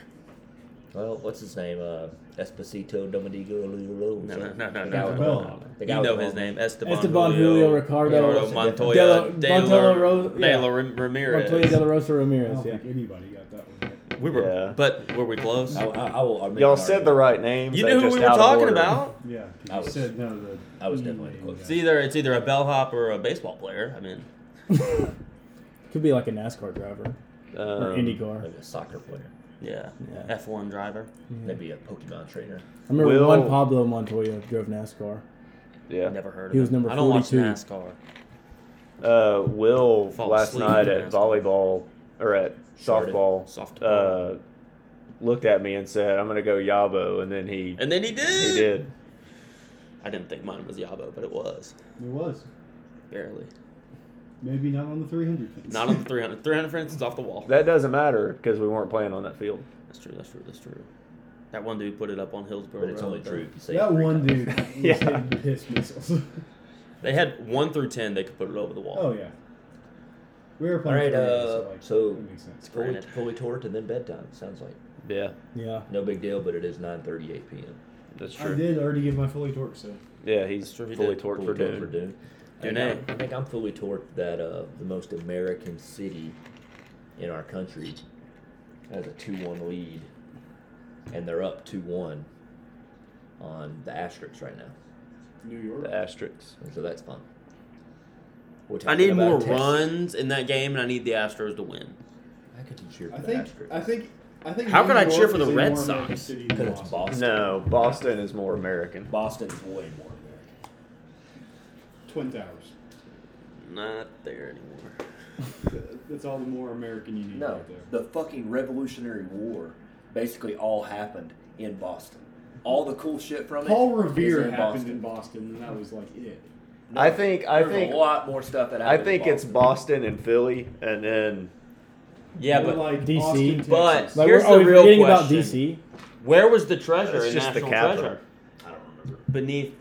Speaker 4: Well, what's his name? Uh, Esposito Dominigo Lulu.
Speaker 2: No, no, no, no, no,
Speaker 4: The guy with the- the
Speaker 5: no, no.
Speaker 4: guy
Speaker 2: You
Speaker 4: with
Speaker 2: know
Speaker 4: the
Speaker 2: his
Speaker 4: long-
Speaker 2: name, Esteban,
Speaker 3: Esteban Julio Ricardo,
Speaker 2: Ricardo Montoya,
Speaker 3: Delo-
Speaker 2: Taylor,
Speaker 3: Montello Ro- yeah.
Speaker 2: Taylor Ramirez.
Speaker 3: Montoya de la Rosa
Speaker 5: I
Speaker 3: Ramirez.
Speaker 5: don't
Speaker 3: Yeah.
Speaker 5: think anybody got that one. right.
Speaker 2: We were,
Speaker 1: Yeah.
Speaker 2: but were we close?
Speaker 4: I, I, I will, I'll make
Speaker 1: y'all
Speaker 4: an
Speaker 1: said the
Speaker 4: argument.
Speaker 1: right names.
Speaker 2: you
Speaker 1: they
Speaker 2: knew who
Speaker 1: just
Speaker 2: we were
Speaker 1: out of
Speaker 2: talking
Speaker 1: order.
Speaker 2: about.
Speaker 5: Yeah,
Speaker 4: I
Speaker 5: I
Speaker 4: was-
Speaker 5: said no. The
Speaker 4: I was
Speaker 5: E
Speaker 4: definitely
Speaker 5: name
Speaker 4: close.
Speaker 5: guy.
Speaker 2: It's either it's either a bellhop or a baseball player. I mean,
Speaker 3: Could be like a NASCAR driver or
Speaker 1: Um,
Speaker 3: IndyCar.
Speaker 4: Maybe a soccer player.
Speaker 2: yeah,
Speaker 3: Yeah.
Speaker 2: F one driver.
Speaker 4: Maybe a Pokemon trainer.
Speaker 3: I remember
Speaker 1: Will-
Speaker 3: Juan Pablo Montoya drove NASCAR.
Speaker 1: Yeah.
Speaker 2: Never heard of.
Speaker 3: He was
Speaker 2: him.
Speaker 3: number
Speaker 2: I don't watch
Speaker 3: 42.
Speaker 2: NASCAR.
Speaker 1: Uh, Will
Speaker 2: Fall
Speaker 1: last
Speaker 2: asleep
Speaker 1: night
Speaker 2: in
Speaker 1: at
Speaker 2: NASCAR.
Speaker 1: volleyball or at
Speaker 4: Started.
Speaker 1: softball,
Speaker 2: Softball.
Speaker 1: Uh, looked at me and said, "I'm gonna go Yabo," and then he
Speaker 2: And then he did.
Speaker 1: he did.
Speaker 2: I didn't think mine was Yabo, but it was
Speaker 5: It was.
Speaker 2: barely.
Speaker 5: Maybe not on the 300. fence. <laughs>
Speaker 2: Not on the 300. 300, for instance, off the wall.
Speaker 1: That doesn't matter because we weren't playing on that field.
Speaker 2: That's true. That's true. That's true. That one dude put it up on Hillsborough.
Speaker 4: But it's
Speaker 2: Road,
Speaker 4: only
Speaker 2: though.
Speaker 4: true if you say it
Speaker 5: that
Speaker 4: three times.
Speaker 5: one dude was
Speaker 1: Yeah.
Speaker 5: hitting the piss missiles. <laughs>
Speaker 2: They had one through ten. They could put it over the wall.
Speaker 5: oh, yeah. We were
Speaker 4: All
Speaker 5: playing.
Speaker 4: right,
Speaker 5: 300,
Speaker 4: uh,
Speaker 5: like,
Speaker 4: so
Speaker 5: that makes sense.
Speaker 4: fully,
Speaker 2: Granted.
Speaker 4: fully torqued and then bedtime. Sounds like
Speaker 1: Yeah,
Speaker 3: Yeah.
Speaker 4: no big deal, but it is 9:38 p.m.
Speaker 1: that's
Speaker 5: I did already give my fully torque, so.
Speaker 1: Yeah, he's
Speaker 2: That's true, he
Speaker 1: fully
Speaker 2: did.
Speaker 1: torqued
Speaker 4: Fully
Speaker 1: for Dune.
Speaker 4: torqued Dune. I
Speaker 2: Dune.
Speaker 4: think I'm- I think I'm fully torqued that uh, the most American city in our country has a 2-1 lead, and they're up 2-1 on the Asterix right now.
Speaker 5: New York.
Speaker 1: The asterisks.
Speaker 4: And so that's fun. We're
Speaker 2: I
Speaker 4: talking
Speaker 2: need
Speaker 4: about
Speaker 2: more
Speaker 4: Texas.
Speaker 2: runs in that game, and I need the Astros to win.
Speaker 4: I could cheer for
Speaker 5: I
Speaker 4: the
Speaker 5: think.
Speaker 4: Asterix.
Speaker 5: I think. I think.
Speaker 2: How
Speaker 5: New
Speaker 2: could I
Speaker 5: York
Speaker 2: cheer for the
Speaker 5: is a
Speaker 2: Red
Speaker 5: more American
Speaker 2: Sox?
Speaker 5: city than
Speaker 4: because it's
Speaker 5: Boston.
Speaker 4: Boston.
Speaker 1: No, Boston is more American.
Speaker 4: Boston's way more American.
Speaker 5: Twin Towers.
Speaker 2: Not there anymore.
Speaker 5: That's all the more American you need
Speaker 4: No,
Speaker 5: right there.
Speaker 4: the fucking Revolutionary War basically all happened in Boston. All the cool shit from
Speaker 5: Paul
Speaker 4: it. is
Speaker 5: Revere
Speaker 4: in
Speaker 5: happened
Speaker 4: Boston.
Speaker 5: in Boston, and that was like it.
Speaker 4: No,
Speaker 1: I think- I
Speaker 4: there's
Speaker 1: think-
Speaker 4: a lot more stuff that
Speaker 1: I
Speaker 4: happened.
Speaker 1: think
Speaker 4: in
Speaker 1: it's Boston and Philly, and then
Speaker 2: Yeah,
Speaker 5: More
Speaker 2: but
Speaker 5: like
Speaker 3: DC,
Speaker 5: Austin,
Speaker 2: but-
Speaker 5: Texas.
Speaker 3: Like,
Speaker 2: Here's
Speaker 3: we're, are
Speaker 2: the
Speaker 3: we
Speaker 2: real
Speaker 3: forgetting about
Speaker 2: question.
Speaker 3: DC?
Speaker 2: where was the treasure
Speaker 1: It's
Speaker 2: in
Speaker 1: just the
Speaker 2: National
Speaker 1: capital.
Speaker 2: Treasure?
Speaker 4: I don't remember.
Speaker 2: Beneath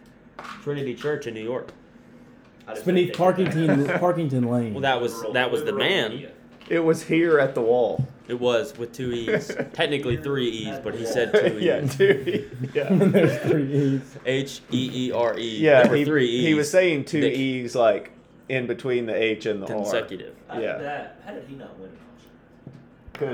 Speaker 2: Trinity Church in New York.
Speaker 4: I
Speaker 3: It's
Speaker 4: just
Speaker 3: beneath
Speaker 4: think they did
Speaker 3: Parkington, <laughs> Parkington Lane.
Speaker 2: Well, that was that was the man.
Speaker 1: it was here at the
Speaker 4: <laughs>
Speaker 1: wall.
Speaker 2: It was with two e's,
Speaker 1: <laughs>
Speaker 2: technically three e's, but he said two
Speaker 1: yeah,
Speaker 2: e's.
Speaker 1: two.
Speaker 4: E,
Speaker 2: <laughs>
Speaker 1: Yeah.
Speaker 3: There's three E's.
Speaker 2: H e e r e. There
Speaker 1: Yeah,
Speaker 2: were
Speaker 1: he,
Speaker 2: three e's.
Speaker 1: he was saying two
Speaker 2: Nick.
Speaker 1: E's like in between the H and the
Speaker 2: consecutive.
Speaker 4: How
Speaker 1: Yeah.
Speaker 4: did that- how did he not win? an
Speaker 1: R.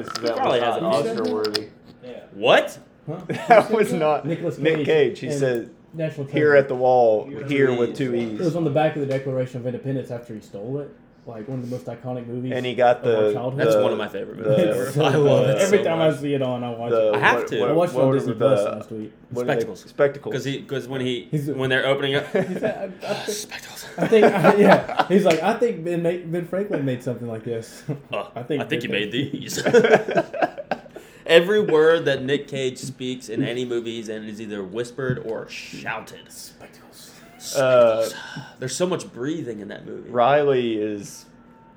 Speaker 1: Because that
Speaker 2: probably
Speaker 1: was not
Speaker 2: has an
Speaker 5: Oscar.
Speaker 1: Oscar worthy. <laughs>
Speaker 4: Oscar? Yeah.
Speaker 2: What?
Speaker 3: Huh?
Speaker 1: That was not
Speaker 3: Nicolas
Speaker 1: Nick
Speaker 3: Cage
Speaker 1: Cage. He
Speaker 3: and-
Speaker 1: said
Speaker 3: National Treasure.
Speaker 1: here at the wall,
Speaker 5: Here
Speaker 1: here
Speaker 2: with
Speaker 1: with two
Speaker 3: It was
Speaker 1: E's.
Speaker 3: on the back of the Declaration of Independence after he stole it. Like one of the most iconic movies.
Speaker 1: And he got
Speaker 3: of our
Speaker 1: the-
Speaker 3: childhood.
Speaker 2: That's
Speaker 3: <laughs>
Speaker 1: The-
Speaker 2: one of my favorite
Speaker 1: the- <laughs>
Speaker 2: movies
Speaker 3: It's so
Speaker 2: ever. I love
Speaker 3: good.
Speaker 2: it.
Speaker 3: Every
Speaker 2: so
Speaker 3: time
Speaker 2: much.
Speaker 3: I see it on, I watch
Speaker 1: The-
Speaker 3: it.
Speaker 2: I have
Speaker 1: what-
Speaker 2: to.
Speaker 1: what-
Speaker 3: I watched it on
Speaker 1: what
Speaker 3: Disney
Speaker 1: were
Speaker 3: Plus
Speaker 1: the-
Speaker 3: last
Speaker 2: <laughs>
Speaker 3: week.
Speaker 1: what are they-
Speaker 2: Spectacles.
Speaker 1: Spectacles.
Speaker 2: Because he, because when he,
Speaker 3: He's a-
Speaker 2: when they're
Speaker 1: <laughs>
Speaker 2: opening up,
Speaker 3: I, I think-
Speaker 2: spectacles.
Speaker 3: I think, <laughs> yeah. He's like, I think Ben, ma- ben Franklin made something like this. <laughs>
Speaker 2: Uh,
Speaker 3: I think
Speaker 2: you
Speaker 3: Ben-
Speaker 1: <laughs>
Speaker 2: made these. Every word that Nick Cage speaks in any movie he's in is either whispered or shouted.
Speaker 3: Spectacles.
Speaker 1: Uh,
Speaker 2: There's so much breathing in that movie.
Speaker 1: Riley is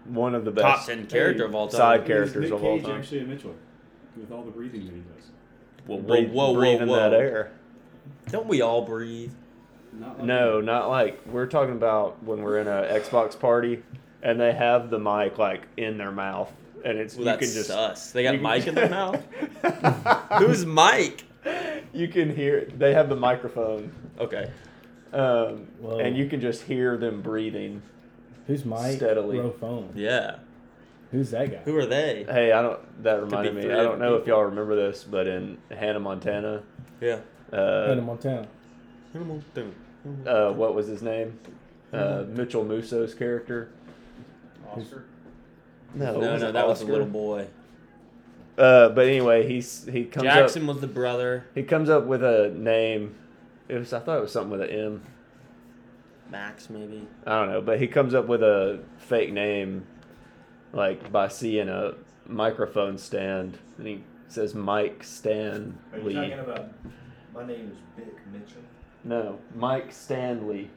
Speaker 1: one of the
Speaker 2: top
Speaker 1: best.
Speaker 2: ten character of all time.
Speaker 1: Side
Speaker 5: Is
Speaker 1: characters
Speaker 5: Nick
Speaker 1: of all
Speaker 5: Cage
Speaker 1: time.
Speaker 5: actually a Mitchell with all the breathing that he does.
Speaker 2: Whoa, whoa,
Speaker 1: breath-
Speaker 2: whoa, whoa,
Speaker 1: breathing
Speaker 2: whoa!
Speaker 1: that air.
Speaker 2: Don't we all breathe?
Speaker 5: Not like
Speaker 1: No, not like we're talking about when we're in a Xbox party and they have the mic like in their mouth and it's
Speaker 2: Well,
Speaker 1: you
Speaker 2: that's
Speaker 1: can just
Speaker 2: us. They got
Speaker 1: you can-
Speaker 2: Mike in their mouth. Who's Mike?
Speaker 1: <laughs> you can hear it. they have the microphone
Speaker 2: Okay.
Speaker 1: um,
Speaker 3: Whoa.
Speaker 1: and you can just hear them breathing.
Speaker 3: Who's Mike?
Speaker 1: Steadily.
Speaker 3: Rofone.
Speaker 2: Yeah.
Speaker 3: Who's that guy?
Speaker 2: Who are they?
Speaker 1: Hey, I don't. That reminded
Speaker 2: be
Speaker 1: me.
Speaker 2: three
Speaker 1: I don't
Speaker 2: different
Speaker 1: know if
Speaker 2: people.
Speaker 1: y'all remember this, but in Hannah Montana,
Speaker 2: Yeah.
Speaker 1: uh,
Speaker 3: Hannah Montana.
Speaker 1: uh, what was his name? Uh, Mitchell Musso's character.
Speaker 5: Oscar.
Speaker 1: No,
Speaker 2: No,
Speaker 1: was
Speaker 2: no,
Speaker 1: it
Speaker 2: that was a
Speaker 1: Oscar?
Speaker 2: little boy.
Speaker 1: Uh, but anyway, he's he comes up.
Speaker 2: Jackson was the brother.
Speaker 1: He comes up with a name. It was I thought it was something with an M.
Speaker 2: Max, maybe.
Speaker 1: I don't know, but he comes up with a fake name, like by seeing a microphone stand, and he says Mike
Speaker 4: Are you talking
Speaker 1: Stanley.
Speaker 4: about? My name is Vic Mitchell.
Speaker 1: No, Mike Stanley.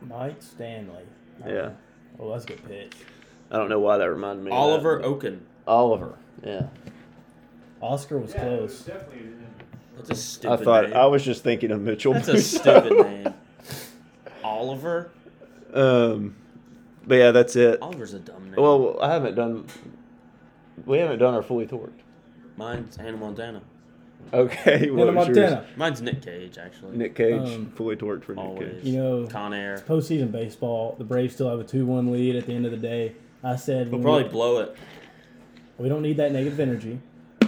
Speaker 3: Mike Stanley.
Speaker 1: Yeah,
Speaker 3: Oh, that's a good pitch.
Speaker 1: I don't know why that reminded me. of that.
Speaker 2: Oliver Oaken.
Speaker 1: Oliver. Yeah,
Speaker 3: Oscar was
Speaker 5: Yeah, it was
Speaker 3: close.
Speaker 5: definitely an M.
Speaker 2: That's a stupid
Speaker 1: I thought
Speaker 2: name.
Speaker 1: I was just thinking of Mitchell.
Speaker 2: That's a
Speaker 1: Musso. <laughs>
Speaker 2: stupid name. Oliver?
Speaker 1: Um, but yeah, that's it.
Speaker 2: Oliver's a dumb name.
Speaker 1: Well, I haven't done. We haven't done our fully torqued.
Speaker 2: Mine's Hannah Montana.
Speaker 1: Okay, what
Speaker 3: Hannah
Speaker 1: was yours?
Speaker 3: Montana.
Speaker 2: Mine's Nick Cage, actually.
Speaker 1: Nick Cage,
Speaker 3: Um,
Speaker 1: fully torqued for Nick
Speaker 2: Always.
Speaker 1: Cage.
Speaker 3: You know,
Speaker 2: Con Air.
Speaker 3: postseason baseball, the Braves still have a 2 1 lead at the end of the day. I said
Speaker 2: We'll
Speaker 3: when
Speaker 2: probably
Speaker 3: we,
Speaker 2: blow it.
Speaker 3: we don't need that negative energy.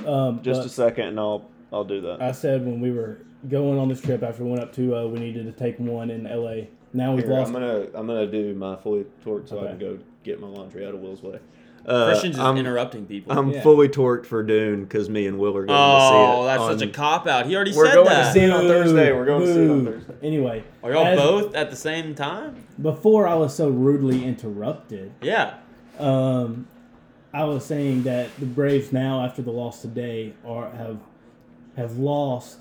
Speaker 3: Um,
Speaker 1: Just
Speaker 3: but-
Speaker 1: a second, and I'll I'll do that.
Speaker 3: I said when we were going on this trip after we went up 2 0, we needed to take one in LA. Now we've
Speaker 1: Here,
Speaker 3: lost.
Speaker 1: I'm gonna I'm gonna do my fully torqued so I can
Speaker 3: Okay.
Speaker 1: go get my laundry out of Will's way. Uh,
Speaker 2: Christian's just
Speaker 1: I'm,
Speaker 2: interrupting people.
Speaker 1: I'm
Speaker 3: Yeah.
Speaker 1: fully torqued for Dune because me and Will are going
Speaker 2: oh,
Speaker 1: to see it.
Speaker 2: that's such a cop out. He already
Speaker 1: We're
Speaker 2: said
Speaker 1: going to
Speaker 2: that.
Speaker 1: see it on Thursday. We're going to see it on
Speaker 3: Boo.
Speaker 1: Thursday.
Speaker 3: Anyway,
Speaker 2: Are y'all
Speaker 3: as-
Speaker 2: both at the same time?
Speaker 3: Before I was so rudely interrupted,
Speaker 2: Yeah.
Speaker 3: um, I was saying that the Braves now, after the loss today, are have have lost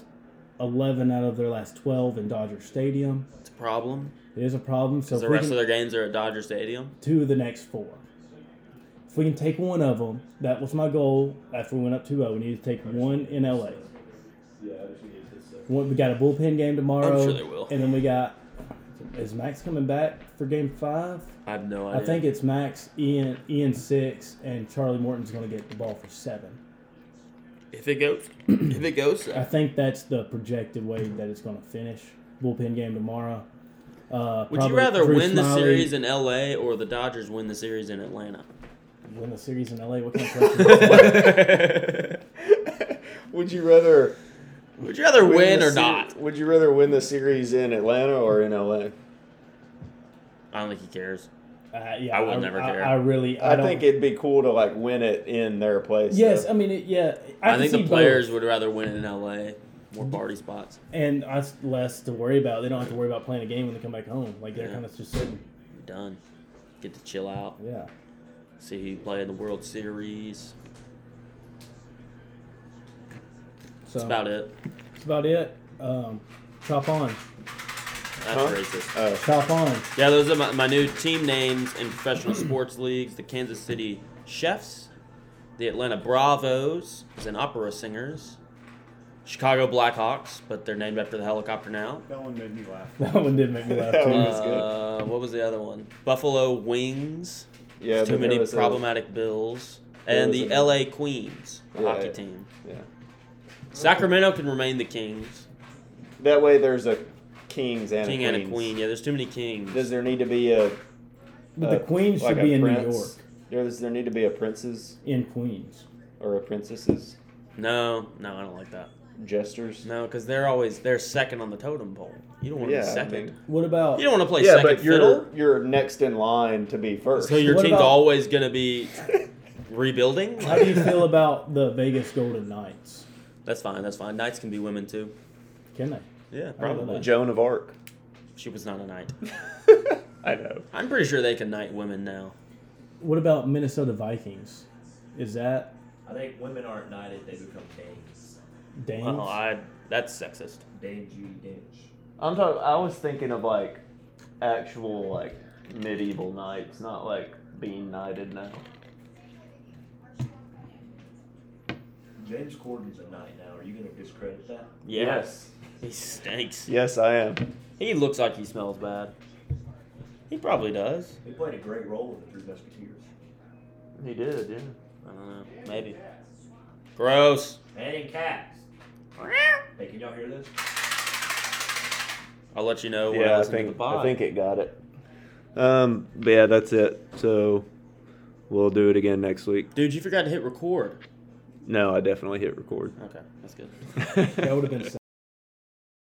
Speaker 3: 11 out of their last 12 in Dodger Stadium.
Speaker 2: It's a problem.
Speaker 3: It is a problem. So
Speaker 2: 'Cause
Speaker 3: if
Speaker 2: the
Speaker 3: we
Speaker 2: rest
Speaker 3: can-
Speaker 2: of their games are at Dodger Stadium.
Speaker 3: two of the next four. If we can take one of them, that was my goal after we went up 2 0. We need to take one in LA.
Speaker 5: Yeah, I just needed this. uh,
Speaker 3: One- We got a bullpen game tomorrow.
Speaker 2: I'm sure they will.
Speaker 3: And then we got. Is Max coming back for game five?
Speaker 2: I have no
Speaker 3: I
Speaker 2: idea.
Speaker 3: think it's Max, Ian, Ian six, and Charlie Morton's going to get the ball for seven.
Speaker 2: if it
Speaker 3: <clears throat>
Speaker 2: goes, if it goes,
Speaker 3: I think that's the projected way that it's going to finish. Bullpen game tomorrow. Uh,
Speaker 2: would
Speaker 3: probably
Speaker 2: you rather
Speaker 3: Drew
Speaker 2: win the
Speaker 3: Smiley-
Speaker 2: series in L.A. or the Dodgers win the series in Atlanta?
Speaker 3: win the series in LA? What kind of question
Speaker 2: Oh,
Speaker 3: is
Speaker 2: <laughs>
Speaker 3: that?
Speaker 1: <laughs> Would you rather
Speaker 2: Would you rather win,
Speaker 1: the
Speaker 2: or
Speaker 1: se-
Speaker 2: not?
Speaker 1: Would you rather win the series in Atlanta or in LA?
Speaker 2: I don't think he cares.
Speaker 3: Uh, yeah,
Speaker 2: I will never care.
Speaker 3: I, really. I,
Speaker 1: I,
Speaker 3: don't-
Speaker 1: think it'd be cool to like win it in their place.
Speaker 3: Yes,
Speaker 1: though. Oh,
Speaker 3: I mean, it, yeah.
Speaker 2: I,
Speaker 3: can
Speaker 2: think
Speaker 3: see
Speaker 2: the
Speaker 3: both.
Speaker 2: players would rather win in L.A. More party spots.
Speaker 3: and us less to worry about. They don't have to worry about playing a game when they come back home. Like they're
Speaker 2: Yeah.
Speaker 3: kind of just sitting.
Speaker 2: You're done. Get to chill out.
Speaker 3: Yeah.
Speaker 2: See who you play in the World Series.
Speaker 3: So
Speaker 2: That's about it.
Speaker 3: That's about it. Um, chop on,
Speaker 2: That's
Speaker 1: Huh?
Speaker 2: racist.
Speaker 1: Oh.
Speaker 3: chop on. <laughs>
Speaker 2: Yeah, those are my, my new team names in professional <clears throat> sports leagues the Kansas City Chefs, the Atlanta Bravos, as in opera singers, Chicago Blackhawks, but they're named after the helicopter now.
Speaker 5: That one made me laugh.
Speaker 3: That one did make me laugh
Speaker 1: That
Speaker 3: too.
Speaker 1: was good.
Speaker 2: Uh, what was the other one? Buffalo Wings.
Speaker 1: yeah,
Speaker 2: too
Speaker 1: but
Speaker 2: many
Speaker 1: there was a-
Speaker 2: problematic Bills.
Speaker 1: there
Speaker 2: And
Speaker 1: was
Speaker 2: the
Speaker 1: a-
Speaker 2: LA Queens, the
Speaker 1: Yeah,
Speaker 2: hockey
Speaker 1: yeah.
Speaker 2: team.
Speaker 1: yeah.
Speaker 2: Sacramento can remain the Kings.
Speaker 1: That way, there's a kings and
Speaker 2: King
Speaker 1: a
Speaker 2: and a
Speaker 1: queens.
Speaker 2: queen. Yeah, there's too many kings.
Speaker 1: Does there need to be a?
Speaker 3: But
Speaker 1: a-
Speaker 3: the Queens
Speaker 1: Uh, like
Speaker 3: should
Speaker 1: a
Speaker 3: be in New York,
Speaker 1: prince? There, does there need to be a princes
Speaker 3: in Queens.
Speaker 1: or a princesses?
Speaker 2: No, no, I don't like that.
Speaker 1: Jesters.
Speaker 2: No, because they're always they're second on the totem pole. You don't want to
Speaker 1: Yeah, I
Speaker 2: be second.
Speaker 1: mean-
Speaker 3: What about
Speaker 2: You don't want to play
Speaker 1: yeah,
Speaker 2: second
Speaker 1: but you're
Speaker 3: <laughs>
Speaker 2: fiddle.
Speaker 1: you're next in line to be first.
Speaker 2: So your
Speaker 3: What
Speaker 2: team's
Speaker 3: about-
Speaker 2: always
Speaker 1: <laughs>
Speaker 2: gonna be rebuilding.
Speaker 3: how
Speaker 2: <laughs>
Speaker 3: do you feel about the Vegas Golden Knights?
Speaker 2: That's fine. That's fine. Knights can be women too.
Speaker 3: Can they?
Speaker 2: Yeah,
Speaker 3: I
Speaker 2: probably.
Speaker 3: don't
Speaker 1: Joan of Arc.
Speaker 2: She was not a knight.
Speaker 1: I know.
Speaker 2: I'm pretty sure they can knight women now.
Speaker 3: What about Minnesota Vikings? Is that
Speaker 4: I think women aren't knighted; they become dames.
Speaker 3: Danes?
Speaker 2: Well, I that's sexist.
Speaker 4: Dame Judy Dench.
Speaker 1: I'm talking. I was thinking of like actual like medieval knights, not like being knighted now.
Speaker 4: James Corden's a knight now. Are you going to discredit that?
Speaker 1: Yes.
Speaker 2: He stinks.
Speaker 1: Yes, I am.
Speaker 2: He looks like he smells bad. He probably does.
Speaker 4: He played a great role in the Three Musketeers.
Speaker 1: He did, yeah. Uh,
Speaker 2: I don't know. Maybe. Gross.
Speaker 4: And in Cats. Hey, can y'all hear this?
Speaker 2: I'll let you know when I
Speaker 1: yeah, I
Speaker 2: listen to the
Speaker 1: think
Speaker 2: pod.
Speaker 1: I think it got it. Um, but yeah, that's it. So we'll do it again next week.
Speaker 2: Dude, you forgot to hit record.
Speaker 1: No, I definitely hit record. <laughs>
Speaker 2: Okay, that's good.
Speaker 5: That would have been